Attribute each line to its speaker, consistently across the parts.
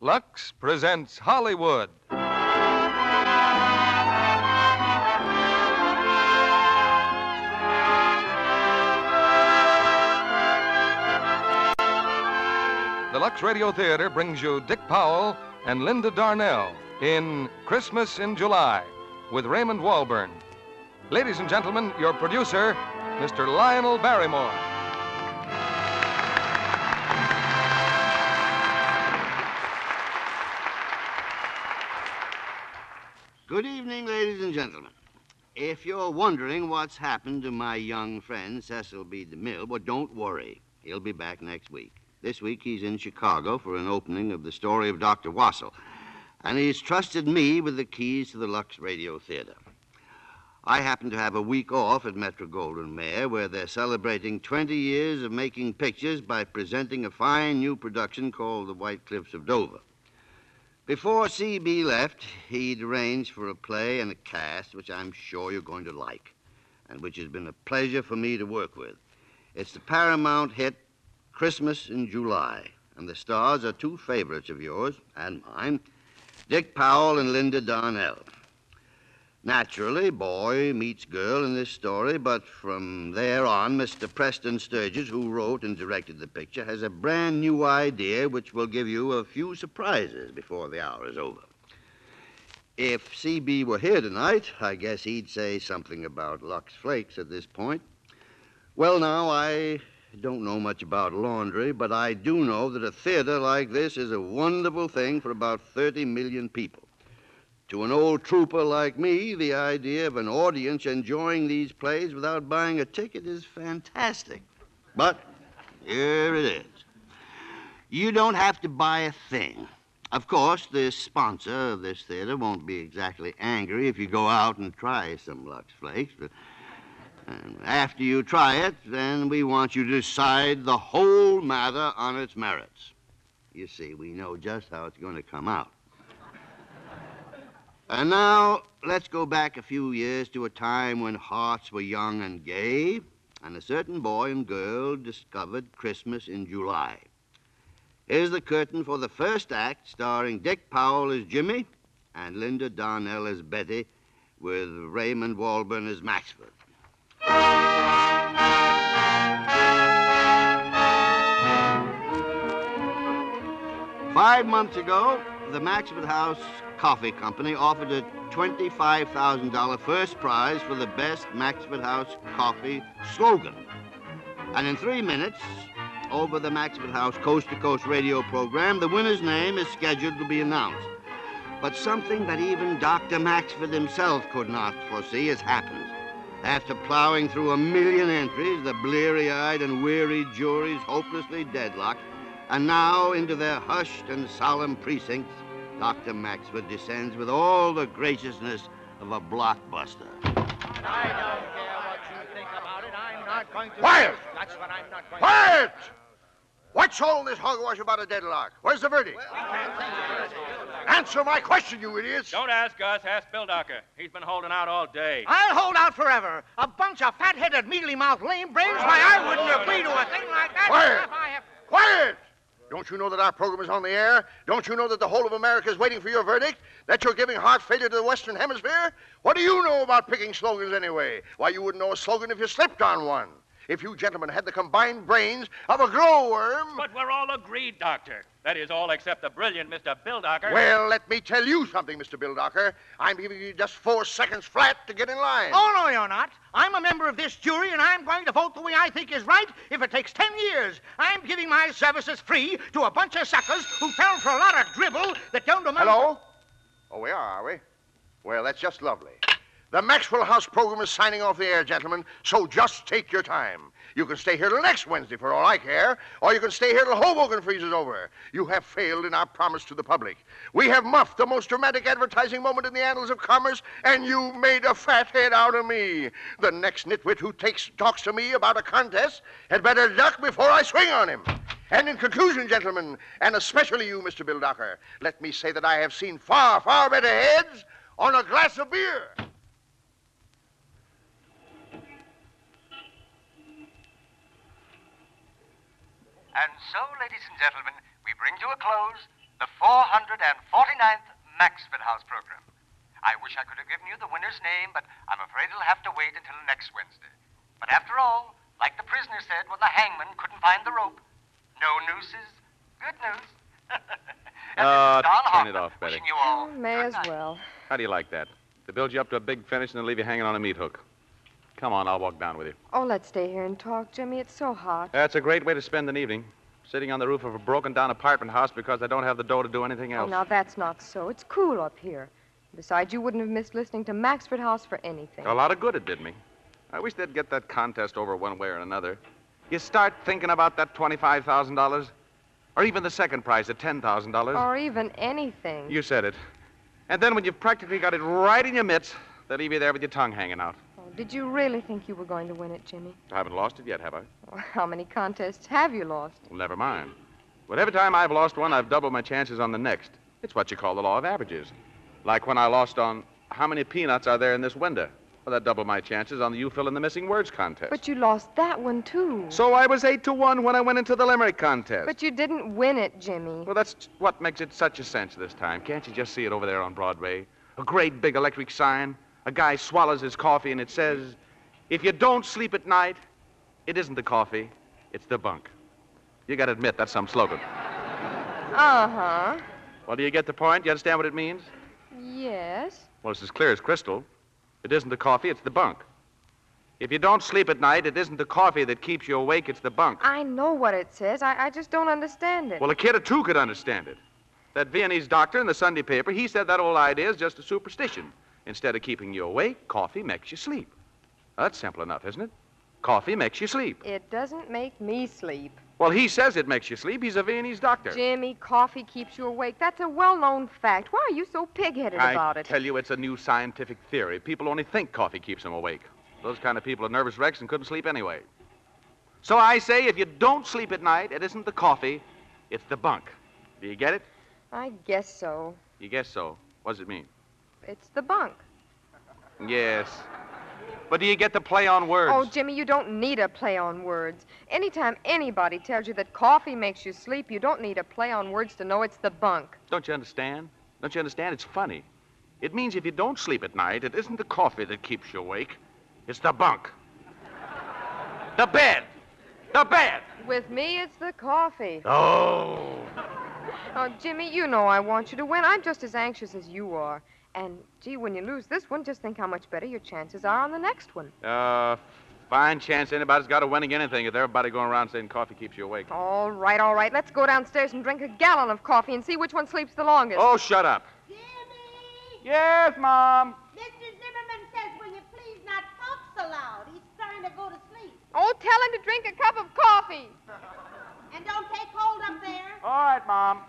Speaker 1: Lux presents Hollywood. The Lux Radio Theater brings you Dick Powell and Linda Darnell in Christmas in July with Raymond Walburn. Ladies and gentlemen, your producer, Mr. Lionel Barrymore.
Speaker 2: Good evening, ladies and gentlemen. If you're wondering what's happened to my young friend, Cecil B. DeMille, well, don't worry. He'll be back next week. This week, he's in Chicago for an opening of The Story of Dr. Wassel, and he's trusted me with the keys to the Lux Radio Theater. I happen to have a week off at Metro Goldwyn Mayer, where they're celebrating 20 years of making pictures by presenting a fine new production called The White Cliffs of Dover. Before C.B. left, he'd arranged for a play and a cast which I'm sure you're going to like, and which has been a pleasure for me to work with. It's the Paramount hit Christmas in July, and the stars are two favorites of yours and mine Dick Powell and Linda Darnell. Naturally, boy meets girl in this story, but from there on, Mr. Preston Sturges, who wrote and directed the picture, has a brand new idea which will give you a few surprises before the hour is over. If CB were here tonight, I guess he'd say something about Lux Flakes at this point. Well, now, I don't know much about laundry, but I do know that a theater like this is a wonderful thing for about 30 million people. To an old trooper like me, the idea of an audience enjoying these plays without buying a ticket is fantastic. But here it is. You don't have to buy a thing. Of course, the sponsor of this theater won't be exactly angry if you go out and try some Lux Flakes. But and after you try it, then we want you to decide the whole matter on its merits. You see, we know just how it's going to come out. And now let's go back a few years to a time when hearts were young and gay, and a certain boy and girl discovered Christmas in July. Here's the curtain for the first act, starring Dick Powell as Jimmy and Linda Darnell as Betty, with Raymond Walburn as Maxford. Five months ago, the Maxford House Coffee Company offered a $25,000 first prize for the best Maxford House coffee slogan. And in three minutes, over the Maxford House Coast to Coast radio program, the winner's name is scheduled to be announced. But something that even Dr. Maxford himself could not foresee has happened. After plowing through a million entries, the bleary eyed and weary jury's hopelessly deadlocked, and now into their hushed and solemn precincts, Dr. Maxford descends with all the graciousness of a blockbuster.
Speaker 3: I don't care what you think about it. I'm not going to.
Speaker 4: Quiet!
Speaker 3: That's what I'm not going
Speaker 4: Quiet! What's all this hogwash about a deadlock? Where's the verdict? Answer my question, you idiots.
Speaker 3: Don't ask us, ask Bill Docker. He's been holding out all day.
Speaker 5: I'll hold out forever. A bunch of fat-headed, mealy-mouthed, lame brains. Why, I wouldn't agree to a thing like that.
Speaker 4: Quiet.
Speaker 5: If I have-
Speaker 4: Quiet! Don't you know that our program is on the air? Don't you know that the whole of America is waiting for your verdict? That you're giving heart failure to the Western Hemisphere? What do you know about picking slogans anyway? Why, you wouldn't know a slogan if you slipped on one. If you gentlemen had the combined brains of a glowworm.
Speaker 3: But we're all agreed, Doctor. That is all except the brilliant Mr. Bill Docker.
Speaker 4: Well, let me tell you something, Mr. Bill Docker. I'm giving you just four seconds flat to get in line.
Speaker 5: Oh, no, you're not. I'm a member of this jury, and I'm going to vote the way I think is right if it takes ten years. I'm giving my services free to a bunch of suckers who fell for a lot of dribble that don't remember...
Speaker 4: Hello? Oh, we are, are we? Well, that's just lovely. The Maxwell House program is signing off the air, gentlemen, so just take your time. You can stay here till next Wednesday for all I care, or you can stay here till Hoboken freezes over. You have failed in our promise to the public. We have muffed the most dramatic advertising moment in the annals of commerce, and you made a fat head out of me. The next nitwit who takes talks to me about a contest had better duck before I swing on him. And in conclusion, gentlemen, and especially you, Mr. Bill Docker, let me say that I have seen far, far better heads on a glass of beer.
Speaker 6: And so, ladies and gentlemen, we bring to a close the 449th Maxford House program. I wish I could have given you the winner's name, but I'm afraid it'll have to wait until next Wednesday. But after all, like the prisoner said when the hangman couldn't find the rope, no nooses, good news. and
Speaker 7: Ah,
Speaker 6: this is Don
Speaker 7: turn it
Speaker 6: Hoffman
Speaker 7: off, Betty.
Speaker 6: wishing you all
Speaker 7: Oh,
Speaker 8: Mm, May
Speaker 6: good
Speaker 8: as
Speaker 6: night.
Speaker 8: well.
Speaker 7: How do you like that? They build you up to a big finish and then leave you hanging on a meat hook. Come on, I'll walk down with you.
Speaker 8: Oh, let's stay here and talk, Jimmy. It's so hot.
Speaker 7: That's a great way to spend an evening. Sitting on the roof of a broken down apartment house because they don't have the dough to do anything
Speaker 8: Oh,
Speaker 7: else.
Speaker 8: now that's not so. It's cool up here. Besides, you wouldn't have missed listening to Maxford House for anything.
Speaker 7: A lot of good it did me. I wish they'd get that contest over one way or another. You start thinking about that $25,000, or even the second prize at $10,000.
Speaker 8: Or even anything.
Speaker 7: You said it. And then when you've practically got it right in your mitts, they leave you there with your tongue hanging out.
Speaker 8: Oh, did you really think you were going to win it, Jimmy?
Speaker 7: I haven't lost it yet, have I?
Speaker 8: Well, how many contests have you lost?
Speaker 7: Well, never mind. But every time I've lost one, I've doubled my chances on the next. It's what you call the law of averages. Like when I lost on how many peanuts are there in this window? Well, that doubled my chances on the you fill in the missing words contest.
Speaker 8: But you lost that one, too.
Speaker 7: So I was eight to one when I went into the limerick contest.
Speaker 8: But you didn't win it, Jimmy.
Speaker 7: Well, that's t- what makes it such a sense this time. Can't you just see it over there on Broadway? A great big electric sign. A guy swallows his coffee and it says, If you don't sleep at night, it isn't the coffee, it's the bunk. You gotta admit, that's some slogan.
Speaker 8: Uh huh.
Speaker 7: Well, do you get the point? You understand what it means?
Speaker 8: Yes.
Speaker 7: Well, it's as clear as crystal. It isn't the coffee, it's the bunk. If you don't sleep at night, it isn't the coffee that keeps you awake, it's the bunk.
Speaker 8: I know what it says. I, I just don't understand it.
Speaker 7: Well, a kid or two could understand it. That Viennese doctor in the Sunday paper, he said that old idea is just a superstition. Instead of keeping you awake, coffee makes you sleep. Now, that's simple enough, isn't it? Coffee makes you sleep.
Speaker 8: It doesn't make me sleep.
Speaker 7: Well, he says it makes you sleep. He's a Viennese doctor.
Speaker 8: Jimmy, coffee keeps you awake. That's a well known fact. Why are you so pig headed
Speaker 7: I
Speaker 8: about it?
Speaker 7: tell you, it's a new scientific theory. People only think coffee keeps them awake. Those kind of people are nervous wrecks and couldn't sleep anyway. So I say, if you don't sleep at night, it isn't the coffee, it's the bunk. Do you get it?
Speaker 8: I guess so.
Speaker 7: You guess so. What does it mean?
Speaker 8: It's the bunk.
Speaker 7: Yes. But do you get to play on words?
Speaker 8: Oh, Jimmy, you don't need a play on words. Anytime anybody tells you that coffee makes you sleep, you don't need a play on words to know it's the bunk.
Speaker 7: Don't you understand? Don't you understand? It's funny. It means if you don't sleep at night, it isn't the coffee that keeps you awake. It's the bunk. the bed. The bed.
Speaker 8: With me, it's the coffee.
Speaker 7: Oh.
Speaker 8: Oh, Jimmy, you know I want you to win. I'm just as anxious as you are. And, gee, when you lose this one, just think how much better your chances are on the next one.
Speaker 7: Uh, fine chance anybody's got of winning anything if everybody going around saying coffee keeps you awake.
Speaker 8: All right, all right. Let's go downstairs and drink a gallon of coffee and see which one sleeps the longest.
Speaker 7: Oh, shut up.
Speaker 9: Jimmy!
Speaker 7: Yes, Mom.
Speaker 9: Mr. Zimmerman says, will you please not talk so loud? He's trying to go to sleep.
Speaker 8: Oh, tell him to drink a cup of coffee.
Speaker 9: And don't take cold up there.
Speaker 7: All right, Mom.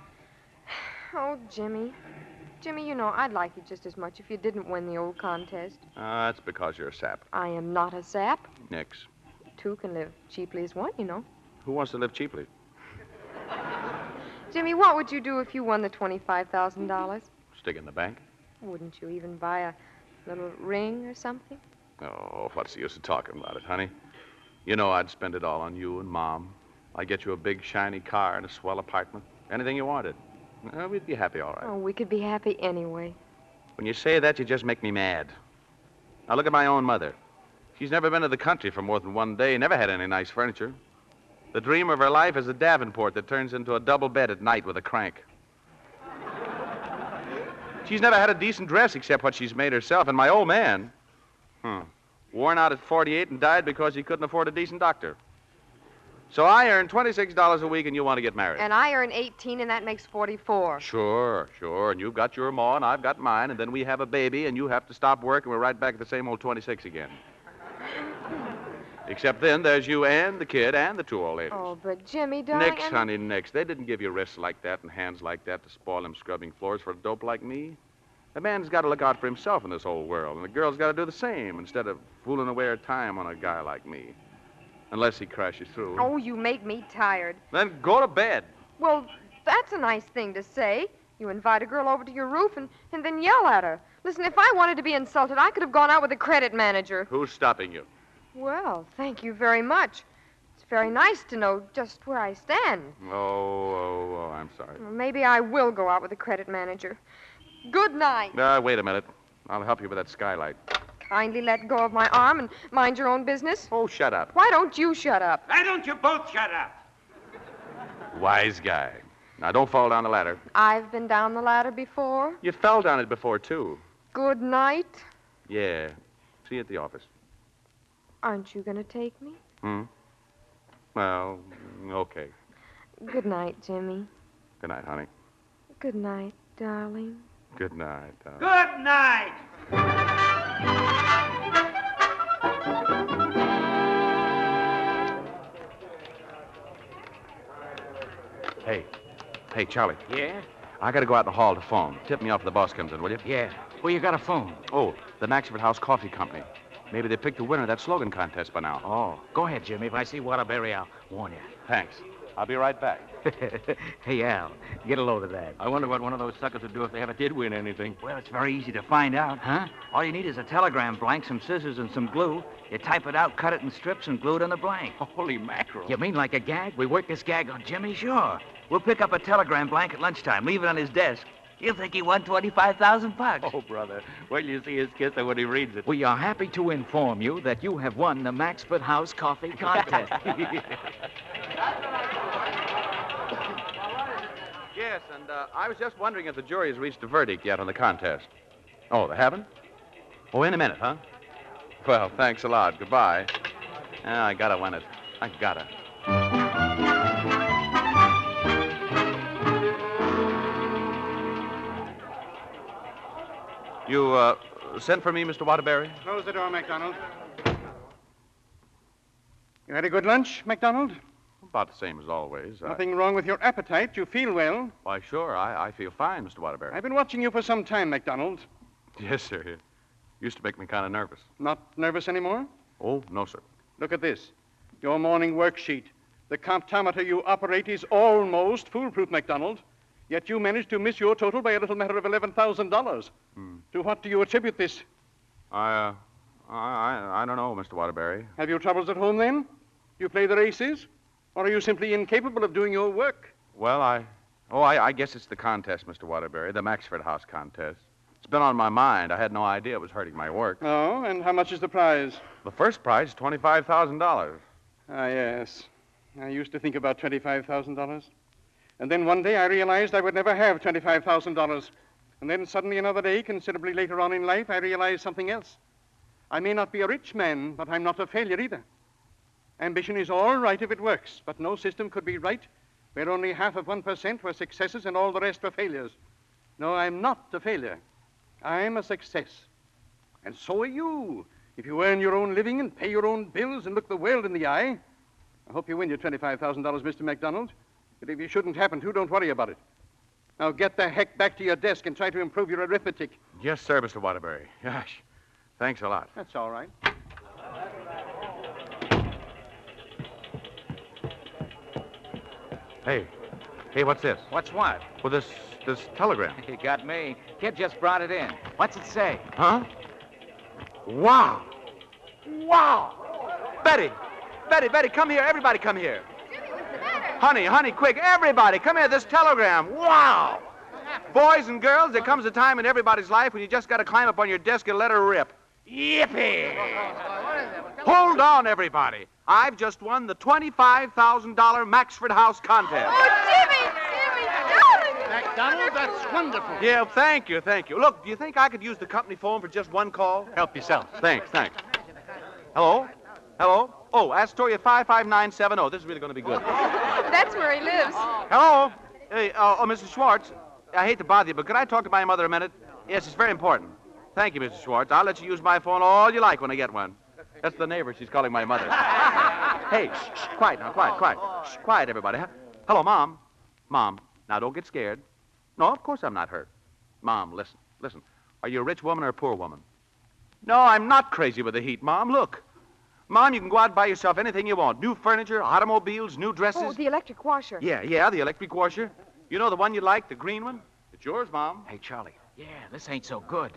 Speaker 8: Oh, Jimmy. Jimmy, you know, I'd like you just as much if you didn't win the old contest.
Speaker 7: Uh, that's because you're a sap.
Speaker 8: I am not a sap.
Speaker 7: Nix.
Speaker 8: Two can live cheaply as one, you know.
Speaker 7: Who wants to live cheaply?
Speaker 8: Jimmy, what would you do if you won the $25,000?
Speaker 7: Stick in the bank?
Speaker 8: Wouldn't you even buy a little ring or something?
Speaker 7: Oh, what's the use of talking about it, honey? You know I'd spend it all on you and Mom. I'd get you a big, shiny car and a swell apartment. Anything you wanted. Uh, we'd be happy, all right.
Speaker 8: Oh, we could be happy anyway.
Speaker 7: When you say that, you just make me mad. Now, look at my own mother. She's never been to the country for more than one day, never had any nice furniture. The dream of her life is a Davenport that turns into a double bed at night with a crank. She's never had a decent dress except what she's made herself, and my old man, hmm, worn out at 48 and died because he couldn't afford a decent doctor. So I earn $26 a week, and you want to get married.
Speaker 8: And I earn 18, and that makes 44.
Speaker 7: Sure, sure. And you've got your ma, and I've got mine, and then we have a baby, and you have to stop work, and we're right back at the same old 26 again. Except then, there's you and the kid and the two old ladies.
Speaker 8: Oh, but Jimmy, darling.
Speaker 7: Nix,
Speaker 8: I mean-
Speaker 7: honey, nix. They didn't give you wrists like that and hands like that to spoil them scrubbing floors for a dope like me. A man's got to look out for himself in this whole world, and the girl's got to do the same instead of fooling away her time on a guy like me. Unless he crashes through.
Speaker 8: Oh, you make me tired.
Speaker 7: Then go to bed.
Speaker 8: Well, that's a nice thing to say. You invite a girl over to your roof and, and then yell at her. Listen, if I wanted to be insulted, I could have gone out with a credit manager.
Speaker 7: Who's stopping you?
Speaker 8: Well, thank you very much. It's very nice to know just where I stand.
Speaker 7: Oh, oh, oh, I'm sorry.
Speaker 8: Well, maybe I will go out with a credit manager. Good night.
Speaker 7: Uh, wait a minute. I'll help you with that skylight.
Speaker 8: Kindly let go of my arm and mind your own business.
Speaker 7: Oh, shut up.
Speaker 8: Why don't you shut up?
Speaker 5: Why don't you both shut up?
Speaker 7: Wise guy. Now, don't fall down the ladder.
Speaker 8: I've been down the ladder before.
Speaker 7: You fell down it before, too.
Speaker 8: Good night.
Speaker 7: Yeah. See you at the office.
Speaker 8: Aren't you going to take me?
Speaker 7: Hmm? Well, okay.
Speaker 8: Good night, Jimmy.
Speaker 7: Good night, honey.
Speaker 8: Good night, darling.
Speaker 7: Good night. uh, darling.
Speaker 5: Good night.
Speaker 7: Hey. Hey, Charlie.
Speaker 10: Yeah?
Speaker 7: I gotta go out in the hall to phone. Tip me off if the boss comes in, will you?
Speaker 10: Yeah. Well, you got a phone.
Speaker 7: Oh, the Maxford House Coffee Company. Maybe they picked the winner of that slogan contest by now.
Speaker 10: Oh. Go ahead, Jimmy. If I see Waterbury, I'll warn you.
Speaker 7: Thanks. I'll be right back.
Speaker 10: hey, Al, get a load of that.
Speaker 11: I wonder what one of those suckers would do if they ever did win anything.
Speaker 10: Well, it's very easy to find out. Huh? All you need is a telegram blank, some scissors, and some glue. You type it out, cut it in strips, and glue it on the blank.
Speaker 11: Holy mackerel.
Speaker 10: You mean like a gag? We work this gag on Jimmy? Sure. We'll pick up a telegram blank at lunchtime, leave it on his desk. He'll think he won 25,000 bucks.
Speaker 11: Oh, brother. Wait till you see his kisser when he reads it.
Speaker 10: We are happy to inform you that you have won the Maxford House Coffee Contest.
Speaker 7: Yes, and uh, I was just wondering if the jury has reached a verdict yet on the contest. Oh, they haven't? Oh, in a minute, huh? Well, thanks a lot. Goodbye. Ah, I gotta win it. I gotta. You uh, sent for me, Mr. Waterbury?
Speaker 12: Close the door, MacDonald. You had a good lunch, MacDonald?
Speaker 7: About the same as always. Uh, I-
Speaker 12: Nothing wrong with your appetite. You feel well.
Speaker 7: Why, sure. I, I feel fine, Mr. Waterbury.
Speaker 12: I've been watching you for some time, MacDonald.
Speaker 7: Yes, sir. It used to make me kind of nervous.
Speaker 12: Not nervous anymore?
Speaker 7: Oh, no, sir.
Speaker 12: Look at this. Your morning worksheet. The comptometer you operate is almost foolproof, MacDonald. Yet you managed to miss your total by a little matter of $11,000.
Speaker 7: Hmm.
Speaker 12: To what do you attribute this?
Speaker 7: I, uh, I, I, I don't know, Mr. Waterbury.
Speaker 12: Have you troubles at home, then? You play the races? Or are you simply incapable of doing your work?
Speaker 7: Well, I, oh, I, I guess it's the contest, Mr. Waterbury, the Maxford House contest. It's been on my mind. I had no idea it was hurting my work.
Speaker 12: Oh, and how much is the prize?
Speaker 7: The first prize is twenty-five thousand dollars.
Speaker 12: Ah, yes. I used to think about $25,000. And then one day I realized I would never have $25,000. And then suddenly another day, considerably later on in life, I realized something else. I may not be a rich man, but I'm not a failure either. Ambition is all right if it works, but no system could be right where only half of 1% were successes and all the rest were failures. No, I'm not a failure. I'm a success. And so are you. If you earn your own living and pay your own bills and look the world in the eye, I hope you win your $25,000, Mr. MacDonald. But if you shouldn't happen to, don't worry about it. Now get the heck back to your desk and try to improve your arithmetic.
Speaker 7: Yes, sir, Mr. Waterbury. Gosh, thanks a lot.
Speaker 12: That's all right.
Speaker 7: Hey, hey, what's this?
Speaker 10: What's what?
Speaker 7: Well, this this telegram?
Speaker 10: You got me. Kid just brought it in. What's it say?
Speaker 7: Huh? Wow. Wow! Betty! Betty, Betty, come here. Everybody come here. Honey, honey, quick. Everybody, come here. This telegram. Wow! Boys and girls, there comes a time in everybody's life when you just got to climb up on your desk and let her rip. Yippee! Hold on, everybody. I've just won the $25,000 Maxford House contest.
Speaker 13: MacDonald, that's wonderful.
Speaker 7: Yeah, thank you, thank you. Look, do you think I could use the company phone for just one call? Help yourself. Thanks, thanks. Hello? Hello? Oh, Astoria 55970. oh. This is really going to be good.
Speaker 8: That's where he lives.
Speaker 7: Hello? Hey, uh, oh, Mrs. Schwartz, I hate to bother you, but could I talk to my mother a minute? Yes, it's very important. Thank you, Mrs. Schwartz. I'll let you use my phone all you like when I get one. That's the neighbor. She's calling my mother. hey, shh, shh, quiet now, quiet, quiet. Shh, quiet, everybody. Hello, Mom. Mom, now don't get scared. No, of course I'm not hurt. Mom, listen, listen. Are you a rich woman or a poor woman? No, I'm not crazy with the heat, Mom. Look. Mom, you can go out and buy yourself anything you want. New furniture, automobiles, new dresses.
Speaker 8: Oh, the electric washer.
Speaker 7: Yeah, yeah, the electric washer. You know the one you like, the green one? It's yours, Mom.
Speaker 10: Hey, Charlie. Yeah, this ain't so good.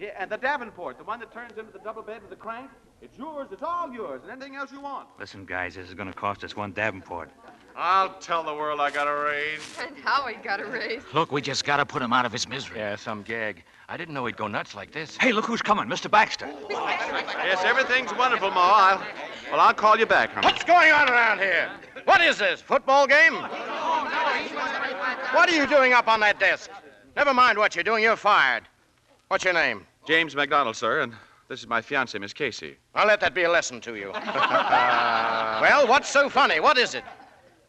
Speaker 7: Yeah, and the Davenport, the one that turns into the double bed with the crank. It's yours, it's all yours, and anything else you want.
Speaker 14: Listen, guys, this is going to cost us one Davenport.
Speaker 7: I'll tell the world I got a raise.
Speaker 8: And how he got a raise.
Speaker 10: Look, we just got to put him out of his misery. Yeah, some gag. I didn't know he'd go nuts like this. Hey, look who's coming, Mr. Baxter.
Speaker 7: Yes, everything's wonderful, Ma. I'll, well, I'll call you back, honey.
Speaker 3: What's going on around here? What is this, football game? What are you doing up on that desk? Never mind what you're doing, you're fired. What's your name?
Speaker 7: James McDonald, sir, and this is my fiancée, Miss Casey.
Speaker 3: I'll let that be a lesson to you. well, what's so funny? What is it?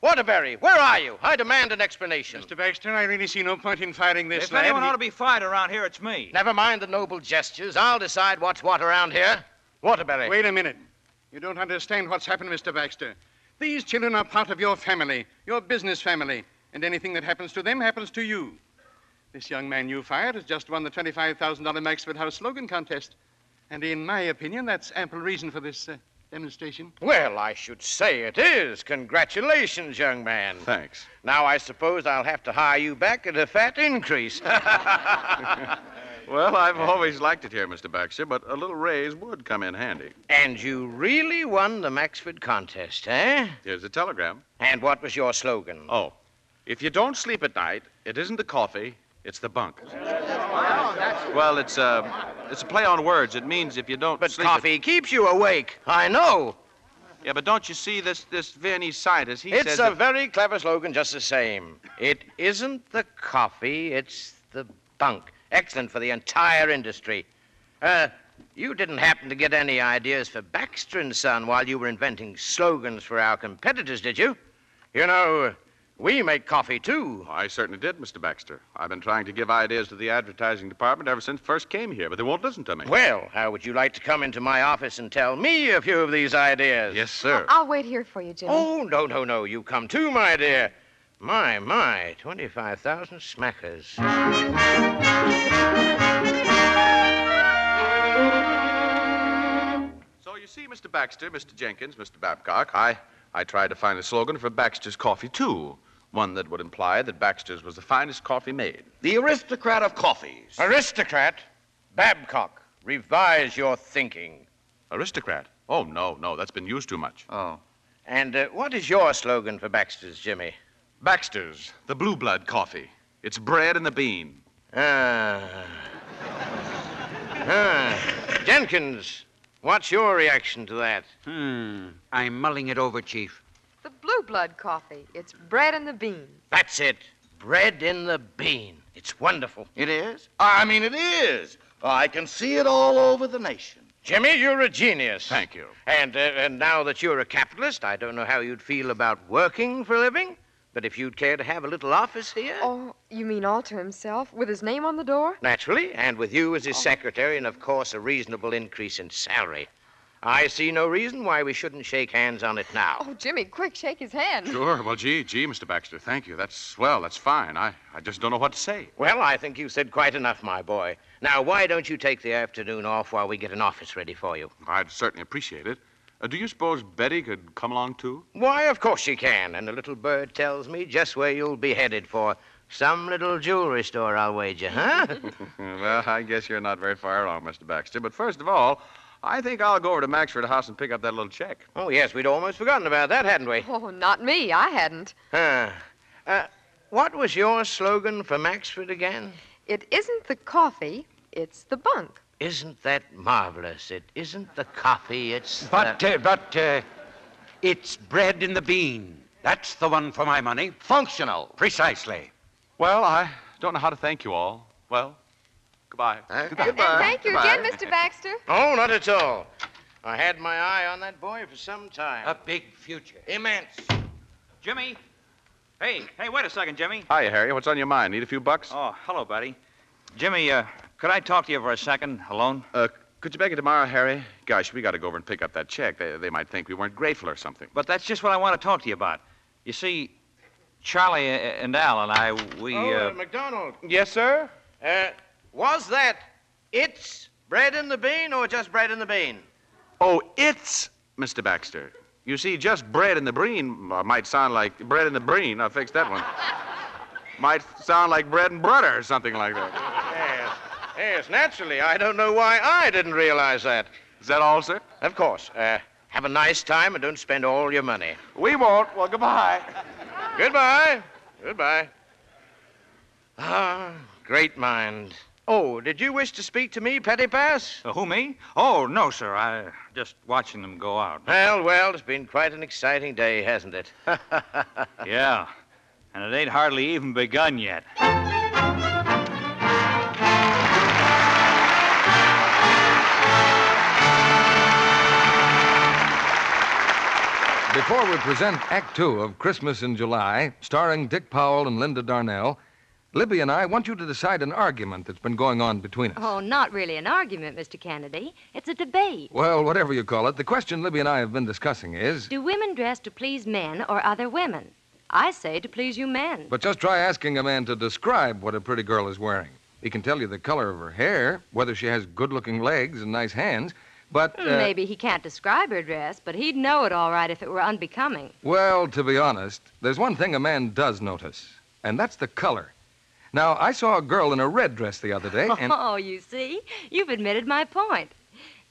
Speaker 3: Waterbury, where are you? I demand an explanation.
Speaker 12: Mr. Baxter, I really see no point in firing this
Speaker 10: If
Speaker 12: lad.
Speaker 10: anyone
Speaker 12: He-
Speaker 10: ought to be fired around here, it's me.
Speaker 3: Never mind the noble gestures. I'll decide what's what around here. Waterbury.
Speaker 12: Wait a minute. You don't understand what's happened, Mr. Baxter. These children are part of your family, your business family, and anything that happens to them happens to you. This young man you fired has just won the $25,000 Maxford House slogan contest. And in my opinion, that's ample reason for this uh, demonstration.
Speaker 3: Well, I should say it is. Congratulations, young man.
Speaker 7: Thanks.
Speaker 3: Now I suppose I'll have to hire you back at a fat increase.
Speaker 7: Well, I've always liked it here, Mr. Baxter, but a little raise would come in handy.
Speaker 3: and you really won the Maxford contest, eh?
Speaker 7: Here's the telegram.
Speaker 3: And what was your slogan?
Speaker 7: Oh, if you don't sleep at night, it isn't the coffee, it's the bunk. Well, it's uh, it's a play on words. It means if you don't. But
Speaker 3: coffee keeps you awake. I know.
Speaker 7: Yeah, but don't you see this this Viennese scientist? He
Speaker 3: it's
Speaker 7: says
Speaker 3: a
Speaker 7: that-
Speaker 3: very clever slogan, just the same. It isn't the coffee, it's the bunk. Excellent for the entire industry. Uh, you didn't happen to get any ideas for Baxter and Son while you were inventing slogans for our competitors, did you? You know, we make coffee too.
Speaker 7: I certainly did, Mr. Baxter. I've been trying to give ideas to the advertising department ever since first came here, but they won't listen to me.
Speaker 3: Well, how would you like to come into my office and tell me a few of these ideas?
Speaker 7: Yes, sir.
Speaker 8: I'll wait here for you, Jimmy.
Speaker 3: Oh, no, no, no. You come too, my dear. My, my. 25,000 smackers.
Speaker 7: So you see, Mr. Baxter, Mr. Jenkins, Mr. Babcock, I I tried to find a slogan for Baxter's coffee too, one that would imply that Baxter's was the finest coffee made.
Speaker 3: The aristocrat of coffees. Aristocrat? Babcock, revise your thinking.
Speaker 7: Aristocrat? Oh, no, no, that's been used too much.
Speaker 3: Oh. And uh, what is your slogan for Baxter's, Jimmy?
Speaker 7: Baxter's, the blue blood coffee. It's bread and the bean.
Speaker 3: Ah. ah. Jenkins, what's your reaction to that?
Speaker 10: Hmm. I'm mulling it over, Chief.
Speaker 8: The blue blood coffee. It's bread and the bean.
Speaker 3: That's it. Bread in the bean. It's wonderful.
Speaker 15: It is? I mean, it is. I can see it all over the nation.
Speaker 3: Jimmy, you're a genius.
Speaker 7: Thank you.
Speaker 3: And, uh, and now that you're a capitalist, I don't know how you'd feel about working for a living, but if you'd care to have a little office here.
Speaker 8: Oh, you mean all to himself, with his name on the door?
Speaker 3: Naturally, and with you
Speaker 15: Oh.
Speaker 3: as his secretary, and of course, a reasonable increase in salary. I see no reason why we shouldn't shake hands on it now.
Speaker 8: Oh, Jimmy, quick, shake his hand.
Speaker 7: Sure. Well, gee, gee, Mr. Baxter, thank you. That's swell. That's fine. I, I just don't know what to say.
Speaker 3: Well, I think you've said quite enough, my boy. Now, why don't you take the afternoon off while we get an office ready for you?
Speaker 7: I'd certainly appreciate it. Uh, do you suppose Betty could come along too?
Speaker 3: Why, of course she can, and the little bird tells me just where you'll be headed for Some little jewelry store, I'll wager, huh?
Speaker 7: well, I guess you're not very far wrong, Mr. Baxter. But first of all, I think I'll go over to Maxford House and pick up that little check.
Speaker 3: Oh, yes, we'd almost forgotten about that, hadn't we?
Speaker 8: Oh, not me. I hadn't.
Speaker 3: Huh. Uh, what was your slogan for Maxford again?
Speaker 8: It isn't the coffee, it's the bunk.
Speaker 3: Isn't that marvelous? It isn't the coffee, it's.
Speaker 16: But, uh, but, uh, it's bread in the bean. That's the one for my money. Functional. Precisely.
Speaker 7: Well, I don't know how to thank you all. Well, goodbye. Goodbye.
Speaker 8: And thank you again, Mr. Baxter.
Speaker 3: Oh, not at all. I had my eye on that boy for some time. Oh, A big future. Immense.
Speaker 10: Jimmy? Hey, hey, wait a second, Jimmy.
Speaker 7: Hiya, Harry. What's on your mind? Need a few bucks?
Speaker 10: Oh, hello, buddy. Jimmy, uh, could I talk to you for a second, alone?
Speaker 7: Uh, could you make it tomorrow, Harry? Gosh, we got to go over and pick up that check. They, they might think we weren't grateful or something.
Speaker 10: But that's just what I want to talk to you about. You see, Charlie uh, and Al and I, we.
Speaker 3: Oh, uh,
Speaker 10: uh,
Speaker 3: McDonald.
Speaker 7: Yes, sir?
Speaker 3: Uh, was that it's bread in the bean or just bread in the bean?
Speaker 7: Oh, it's Mr. Baxter. You see, just bread in the breen uh, might sound like bread in the breen. I fixed that one. might sound like bread and butter or something like that.
Speaker 3: Yes. Yes, naturally. I don't know why I didn't realize that.
Speaker 7: Is that all, sir?
Speaker 3: Of course. Uh, have a nice time and don't spend all your money.
Speaker 7: We won't. Well, goodbye.
Speaker 3: Goodbye. Goodbye. Ah, great mind. Oh, did you wish to speak to me, Pettipass?
Speaker 10: Uh, who, me? Oh, no, sir. I just watching them go out.
Speaker 3: Well, well, it's been quite an exciting day, hasn't it?
Speaker 10: yeah. And it ain't hardly even begun yet.
Speaker 1: Before we present Act Two of Christmas in July, starring Dick Powell and Linda Darnell, Libby and I want you to decide an argument that's been going on between us.
Speaker 17: Oh, not really an argument, Mr. Kennedy. It's a debate.
Speaker 1: Well, whatever you call it, the question Libby and I have been discussing is.
Speaker 17: Do women dress to please men or other women? I say to please you men.
Speaker 1: But just try asking a man to describe what a pretty girl is wearing. He can tell you the color of her hair, whether she has good looking legs and nice hands, but. uh,
Speaker 17: Maybe he can't describe her dress, but he'd know it all right if it were unbecoming.
Speaker 1: Well, to be honest, there's one thing a man does notice, and that's the color. Now, I saw a girl in a red dress the other day, and.
Speaker 17: Oh, you see? You've admitted my point.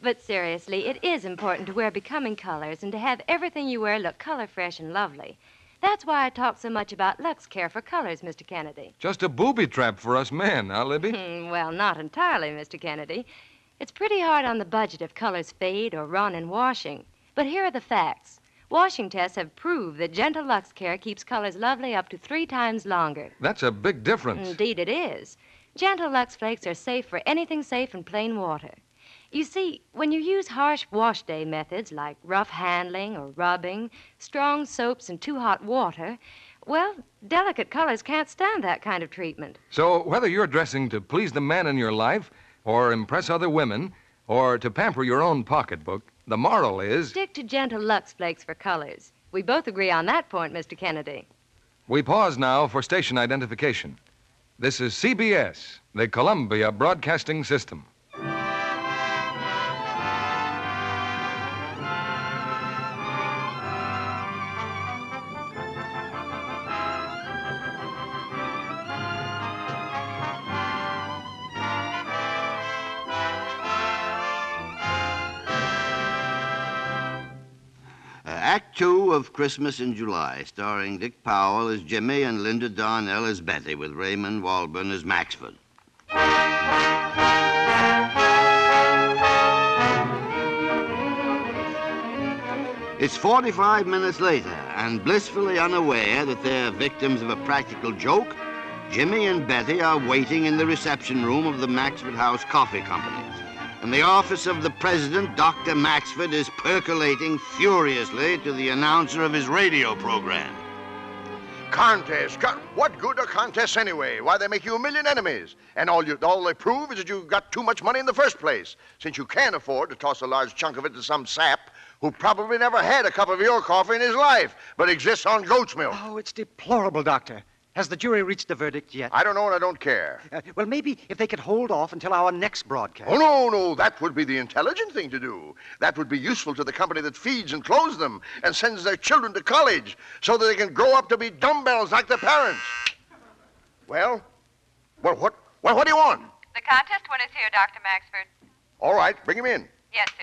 Speaker 17: But seriously, it is important to wear becoming colors and to have everything you wear look color fresh and lovely. That's why I talk so much about Lux Care for Colors, Mr. Kennedy.
Speaker 1: Just a booby trap for us men, huh, Libby?
Speaker 17: Hmm, well, not entirely, Mr. Kennedy. It's pretty hard on the budget if colors fade or run in washing. But here are the facts. Washing tests have proved that Gentle Lux Care keeps colors lovely up to three times longer.
Speaker 1: That's a big difference.
Speaker 17: Indeed, it is. Gentle Lux Flakes are safe for anything safe in plain water. You see, when you use harsh wash day methods like rough handling or rubbing, strong soaps, and too hot water, well, delicate colors can't stand that kind of treatment.
Speaker 1: So, whether you're dressing to please the man in your life, or impress other women, or to pamper your own pocketbook, the moral is
Speaker 17: Stick to Gentle Lux Flakes for colors. We both agree on that point, Mr. Kennedy.
Speaker 1: we pause now for station identification. This is CBS, the Columbia Broadcasting System.
Speaker 2: Uh, Act Two of Christmas in July, starring Dick Powell as Jimmy and Linda Darnell as Betty, with Raymond Walburn as Maxford. It's 45 minutes later, and blissfully unaware that they're victims of a practical joke, Jimmy and Betty are waiting in the reception room of the Maxford House Coffee Company. And the office of the president, Dr. Maxford, is percolating furiously to the announcer of his radio program.
Speaker 4: Contest. Con- what good are contests anyway? Why, they make you a million enemies. And all, you, all they prove is that you got too much money in the first place, since you can't afford to toss a large chunk of it to some sap who probably never had a cup of your coffee in his life, but exists on goat's milk.
Speaker 12: Oh, it's deplorable, Doctor. Has the jury reached a verdict yet?
Speaker 4: I don't know and I don't care.
Speaker 12: Uh, well, maybe if they could hold off until our next broadcast.
Speaker 4: Oh, no, no, that would be the intelligent thing to do. That would be useful to the company that feeds and clothes them and sends their children to college so that they can grow up to be dumbbells like their parents. Well? Well, what? Well, what do you want?
Speaker 18: The contest winner's here, Dr. Maxford.
Speaker 4: All right, bring him in.
Speaker 18: Yes, sir.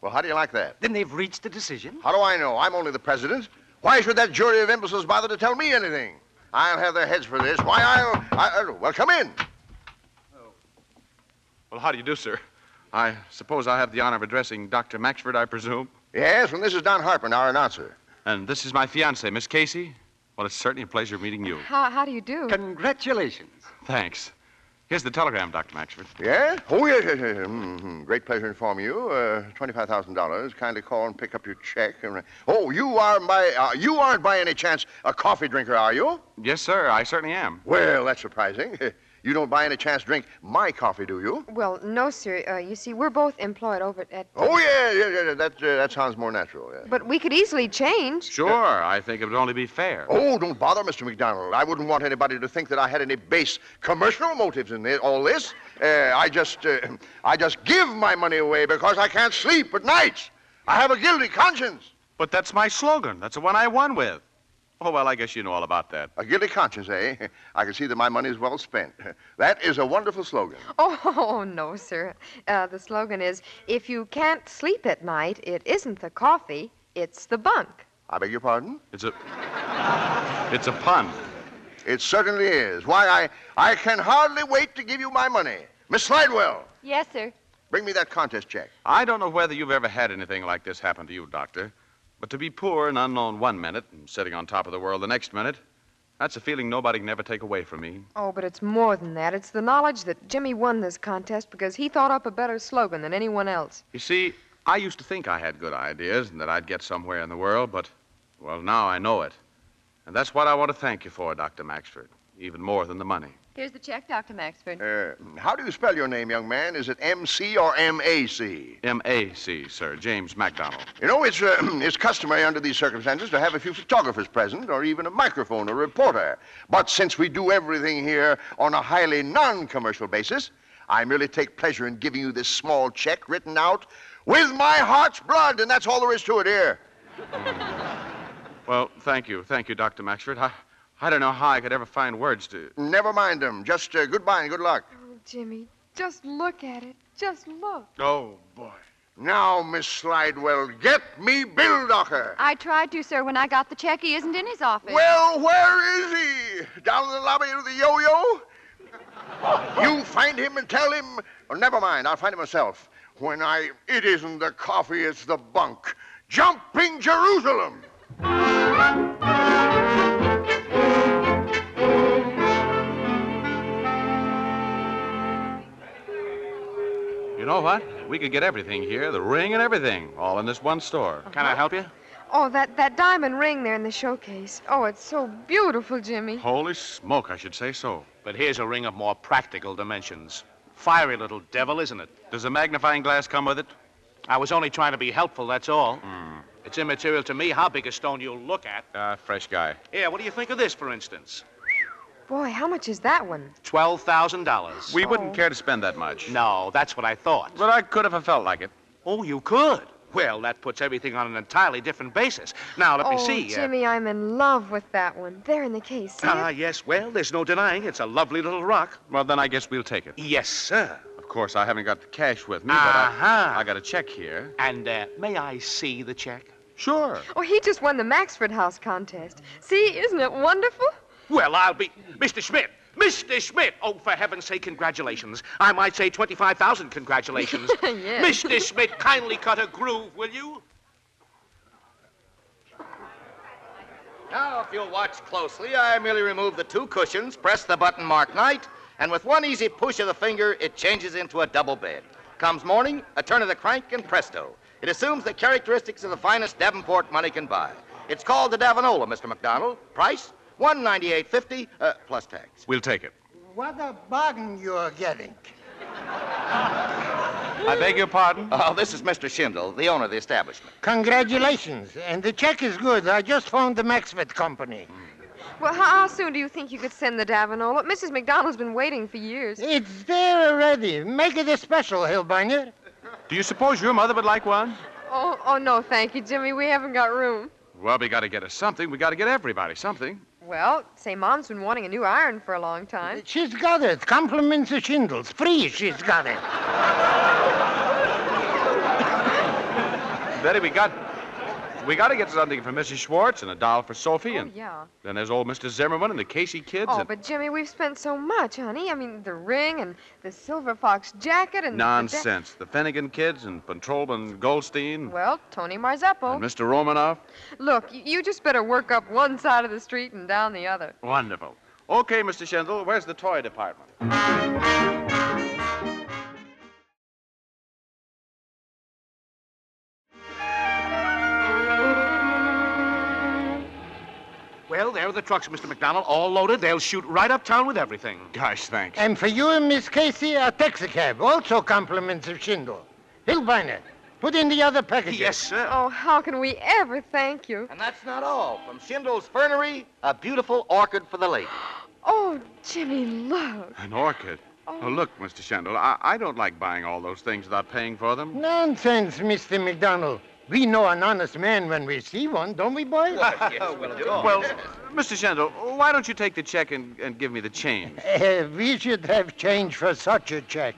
Speaker 4: Well, how do you like that? Then they've reached a decision. How do I know? I'm only the president. Why should that jury of imbeciles bother to tell me anything? I'll have their heads for this. Why, I'll. I, I, well, come in.
Speaker 7: Well, how do you do, sir? I suppose I have the honor of addressing Dr. Maxford, I presume.
Speaker 4: Yes, and this is Don Harper, our announcer.
Speaker 7: And this is my fiancée, Miss Casey. Well, it's certainly a pleasure meeting you.
Speaker 8: How, how do you do?
Speaker 7: Congratulations. Thanks. Here's the telegram, Dr. Maxford.
Speaker 4: Yeah? Oh, yes, yes, yes. Mhm. Great pleasure to inform you. Uh, $25,000. Kindly call and pick up your check. And, oh, you are by, uh, you aren't by any chance a coffee drinker, are you?
Speaker 7: Yes, sir. I certainly am.
Speaker 4: Well, that's surprising. You don't by any chance drink my coffee, do you?
Speaker 8: Well, no, sir. Uh, you see, we're both employed over at.
Speaker 4: Oh, yeah, yeah, yeah. yeah, That, uh, that sounds more natural, yeah.
Speaker 8: But we could easily change.
Speaker 7: Sure, I think it would only be fair.
Speaker 4: Oh, don't bother, Mr. McDonald. I wouldn't want anybody to think that I had any base commercial motives in thi- all this. Uh, I just, uh, I just give my money away because I can't sleep at nights. I have a guilty conscience.
Speaker 7: But that's my slogan. That's the one I won with. Oh, well, I guess you know all about that.
Speaker 4: A guilty conscience, eh? I can see that my money is well spent. That is a wonderful slogan.
Speaker 8: Oh, no, sir. Uh, the slogan is if you can't sleep at night, it isn't the coffee, it's the bunk.
Speaker 4: I beg your pardon?
Speaker 7: It's a. It's a pun.
Speaker 4: It certainly is. Why, I, I can hardly wait to give you my money. Miss Slidewell,
Speaker 18: Yes, sir.
Speaker 4: bring me that contest check.
Speaker 7: I don't know whether you've ever had anything like this happen to you, Doctor, but to be poor and unknown one minute and sitting on top of the world the next minute, that's a feeling nobody can ever take away from me.
Speaker 8: Oh, but it's more than that. It's the knowledge that Jimmy won this contest because he thought up a better slogan than anyone else.
Speaker 7: You see, I used to think I had good ideas and that I'd get somewhere in the world, but, well, now I know it. And that's what I want to thank you for, Dr. Maxford, even more than the money.
Speaker 18: Here's the check, Dr. Maxford.
Speaker 4: Uh, how do you spell your name, young man? Is it M.C. or M.A.C.?
Speaker 7: M.A.C., sir, James MacDonald.
Speaker 4: You know, it's, uh, it's customary under these circumstances to have a few photographers present, or even a microphone, or reporter. But since we do everything here on a highly non commercial basis, I merely take pleasure in giving you this small check written out with my heart's blood, and that's all there is to it here.
Speaker 7: Well, thank you. Thank you, Dr. Maxford. I, I don't know how I could ever find words to.
Speaker 4: Never mind them. Just uh, goodbye and good luck.
Speaker 8: Oh, Jimmy, just look at it. Just look.
Speaker 4: Oh, boy. Now, Miss Slidewell, get me Bill Docker.
Speaker 18: I tried to, sir. When I got the check, he isn't in his office.
Speaker 4: Well, where is he? Down in the lobby with the yo-yo? you find him and tell him. Oh, never mind. I'll find him myself. When I, it isn't the coffee, it's the bunk. Jumping Jerusalem.
Speaker 7: You know what? We could get everything here the ring and everything, all in this one store. Can I help you?
Speaker 8: Oh, that, that diamond ring there in the showcase. Oh, it's so beautiful, Jimmy.
Speaker 7: Holy smoke, I should say so.
Speaker 19: But here's a ring of more practical dimensions. Fiery little devil, isn't it?
Speaker 7: Does a magnifying glass come with it? Hmm.
Speaker 19: I was only trying to be helpful, that's all. It's immaterial to me how big a stone you'll look at.
Speaker 7: Uh, fresh guy.
Speaker 19: Here, what do you think of this, for instance?
Speaker 8: Boy, how much is that one?
Speaker 19: $12,000.
Speaker 7: We wouldn't care to spend that much.
Speaker 19: No, that's what I thought.
Speaker 7: But I could if I felt like it.
Speaker 19: Oh, you could? Well, that puts everything on an entirely different basis. Now, let
Speaker 8: oh,
Speaker 19: me see. uh,
Speaker 8: Jimmy, I'm in love with that one. There in the case. See it?
Speaker 19: Ah, yes, well, there's no denying it's a lovely little rock.
Speaker 7: Well, then I guess we'll take it.
Speaker 19: Yes, sir.
Speaker 7: Of course, I haven't got the cash with me, but
Speaker 19: Uh-huh.
Speaker 7: I, I got a check here.
Speaker 19: And uh, may I see the check?
Speaker 7: Sure.
Speaker 8: Oh, he just won the Maxford House contest. See, isn't it wonderful?
Speaker 19: Well, I'll be. Mr. Schmidt! Mr. Schmidt! Oh, for heaven's sake, congratulations. I might say 25,000 congratulations.
Speaker 8: Yes.
Speaker 19: Mr. Schmidt, kindly cut a groove, will you?
Speaker 13: Now, if you'll watch closely, I merely remove the two cushions, press the button marked night, and with one easy push of the finger, it changes into a double bed. Comes morning, a turn of the crank, and presto. It assumes the characteristics of the finest Davenport money can buy. It's called the Davanola, Mr. McDonald. Price, one ninety-eight fifty, uh, plus tax.
Speaker 7: We'll take it.
Speaker 13: What a bargain you're getting.
Speaker 7: I beg your pardon?
Speaker 13: Oh, this is Mr. Schindel, the owner of the establishment.
Speaker 20: Congratulations. And the check is good. I just phoned the Maxford Company.
Speaker 7: Hmm.
Speaker 8: Well, how, how soon do you think you could send the Davanola? Mrs. McDonald's been waiting for years.
Speaker 20: It's there already. Make it a special, Hillbinder.
Speaker 7: Do you suppose your mother would like one?
Speaker 8: Oh, oh no, thank you, Jimmy. We haven't got room.
Speaker 7: Well, we got to get us something. We got to get everybody something.
Speaker 8: Well, say, Mom's been wanting a new iron for a long time.
Speaker 20: She's got it. Compliments the shingles. Free, she's got it.
Speaker 7: Betty, we got we got to get something for Mrs. Schwartz and a doll for Sophie,
Speaker 8: Oh,
Speaker 7: and
Speaker 8: yeah.
Speaker 7: then there's old Mr. Zimmerman and the Casey kids.
Speaker 8: Oh,
Speaker 7: and
Speaker 8: but Jimmy, we've spent so much, honey. I mean, the ring and the silver fox jacket and the da-
Speaker 7: nonsense. Hmm. The Finnegan kids and Patrolman Goldstein
Speaker 8: well, Tony Marzeppo.
Speaker 7: and Mr. Romanoff.
Speaker 8: Look, y- you just better work up one side of the street and down the other.
Speaker 7: Wonderful. Okay, Mr. Schendel, where's the toy department?
Speaker 19: Well, there are the trucks, Mr. McDonald, all loaded. They'll shoot right uptown with everything.
Speaker 7: Gosh, thanks.
Speaker 20: And for you and Miss Casey, a taxicab. Also compliments of Schindel. Hillbinder, put in the other packages. Yes,
Speaker 7: sir. Oh,
Speaker 8: Oh, how can we ever thank you?
Speaker 13: And that's not all. From Shindel's Fernery, a beautiful orchid for the lady.
Speaker 8: Oh, Jimmy, look.
Speaker 7: An orchid. Oh, look, Mr. Schendel, I, I don't like buying all those things without paying for them.
Speaker 20: Nonsense, Mr. McDonald. We know an honest man when we see one, don't we, boy?
Speaker 7: Well, Mr. Schendel, why don't you take the check and, and give me the change?
Speaker 20: Eh, we should have change for such a check.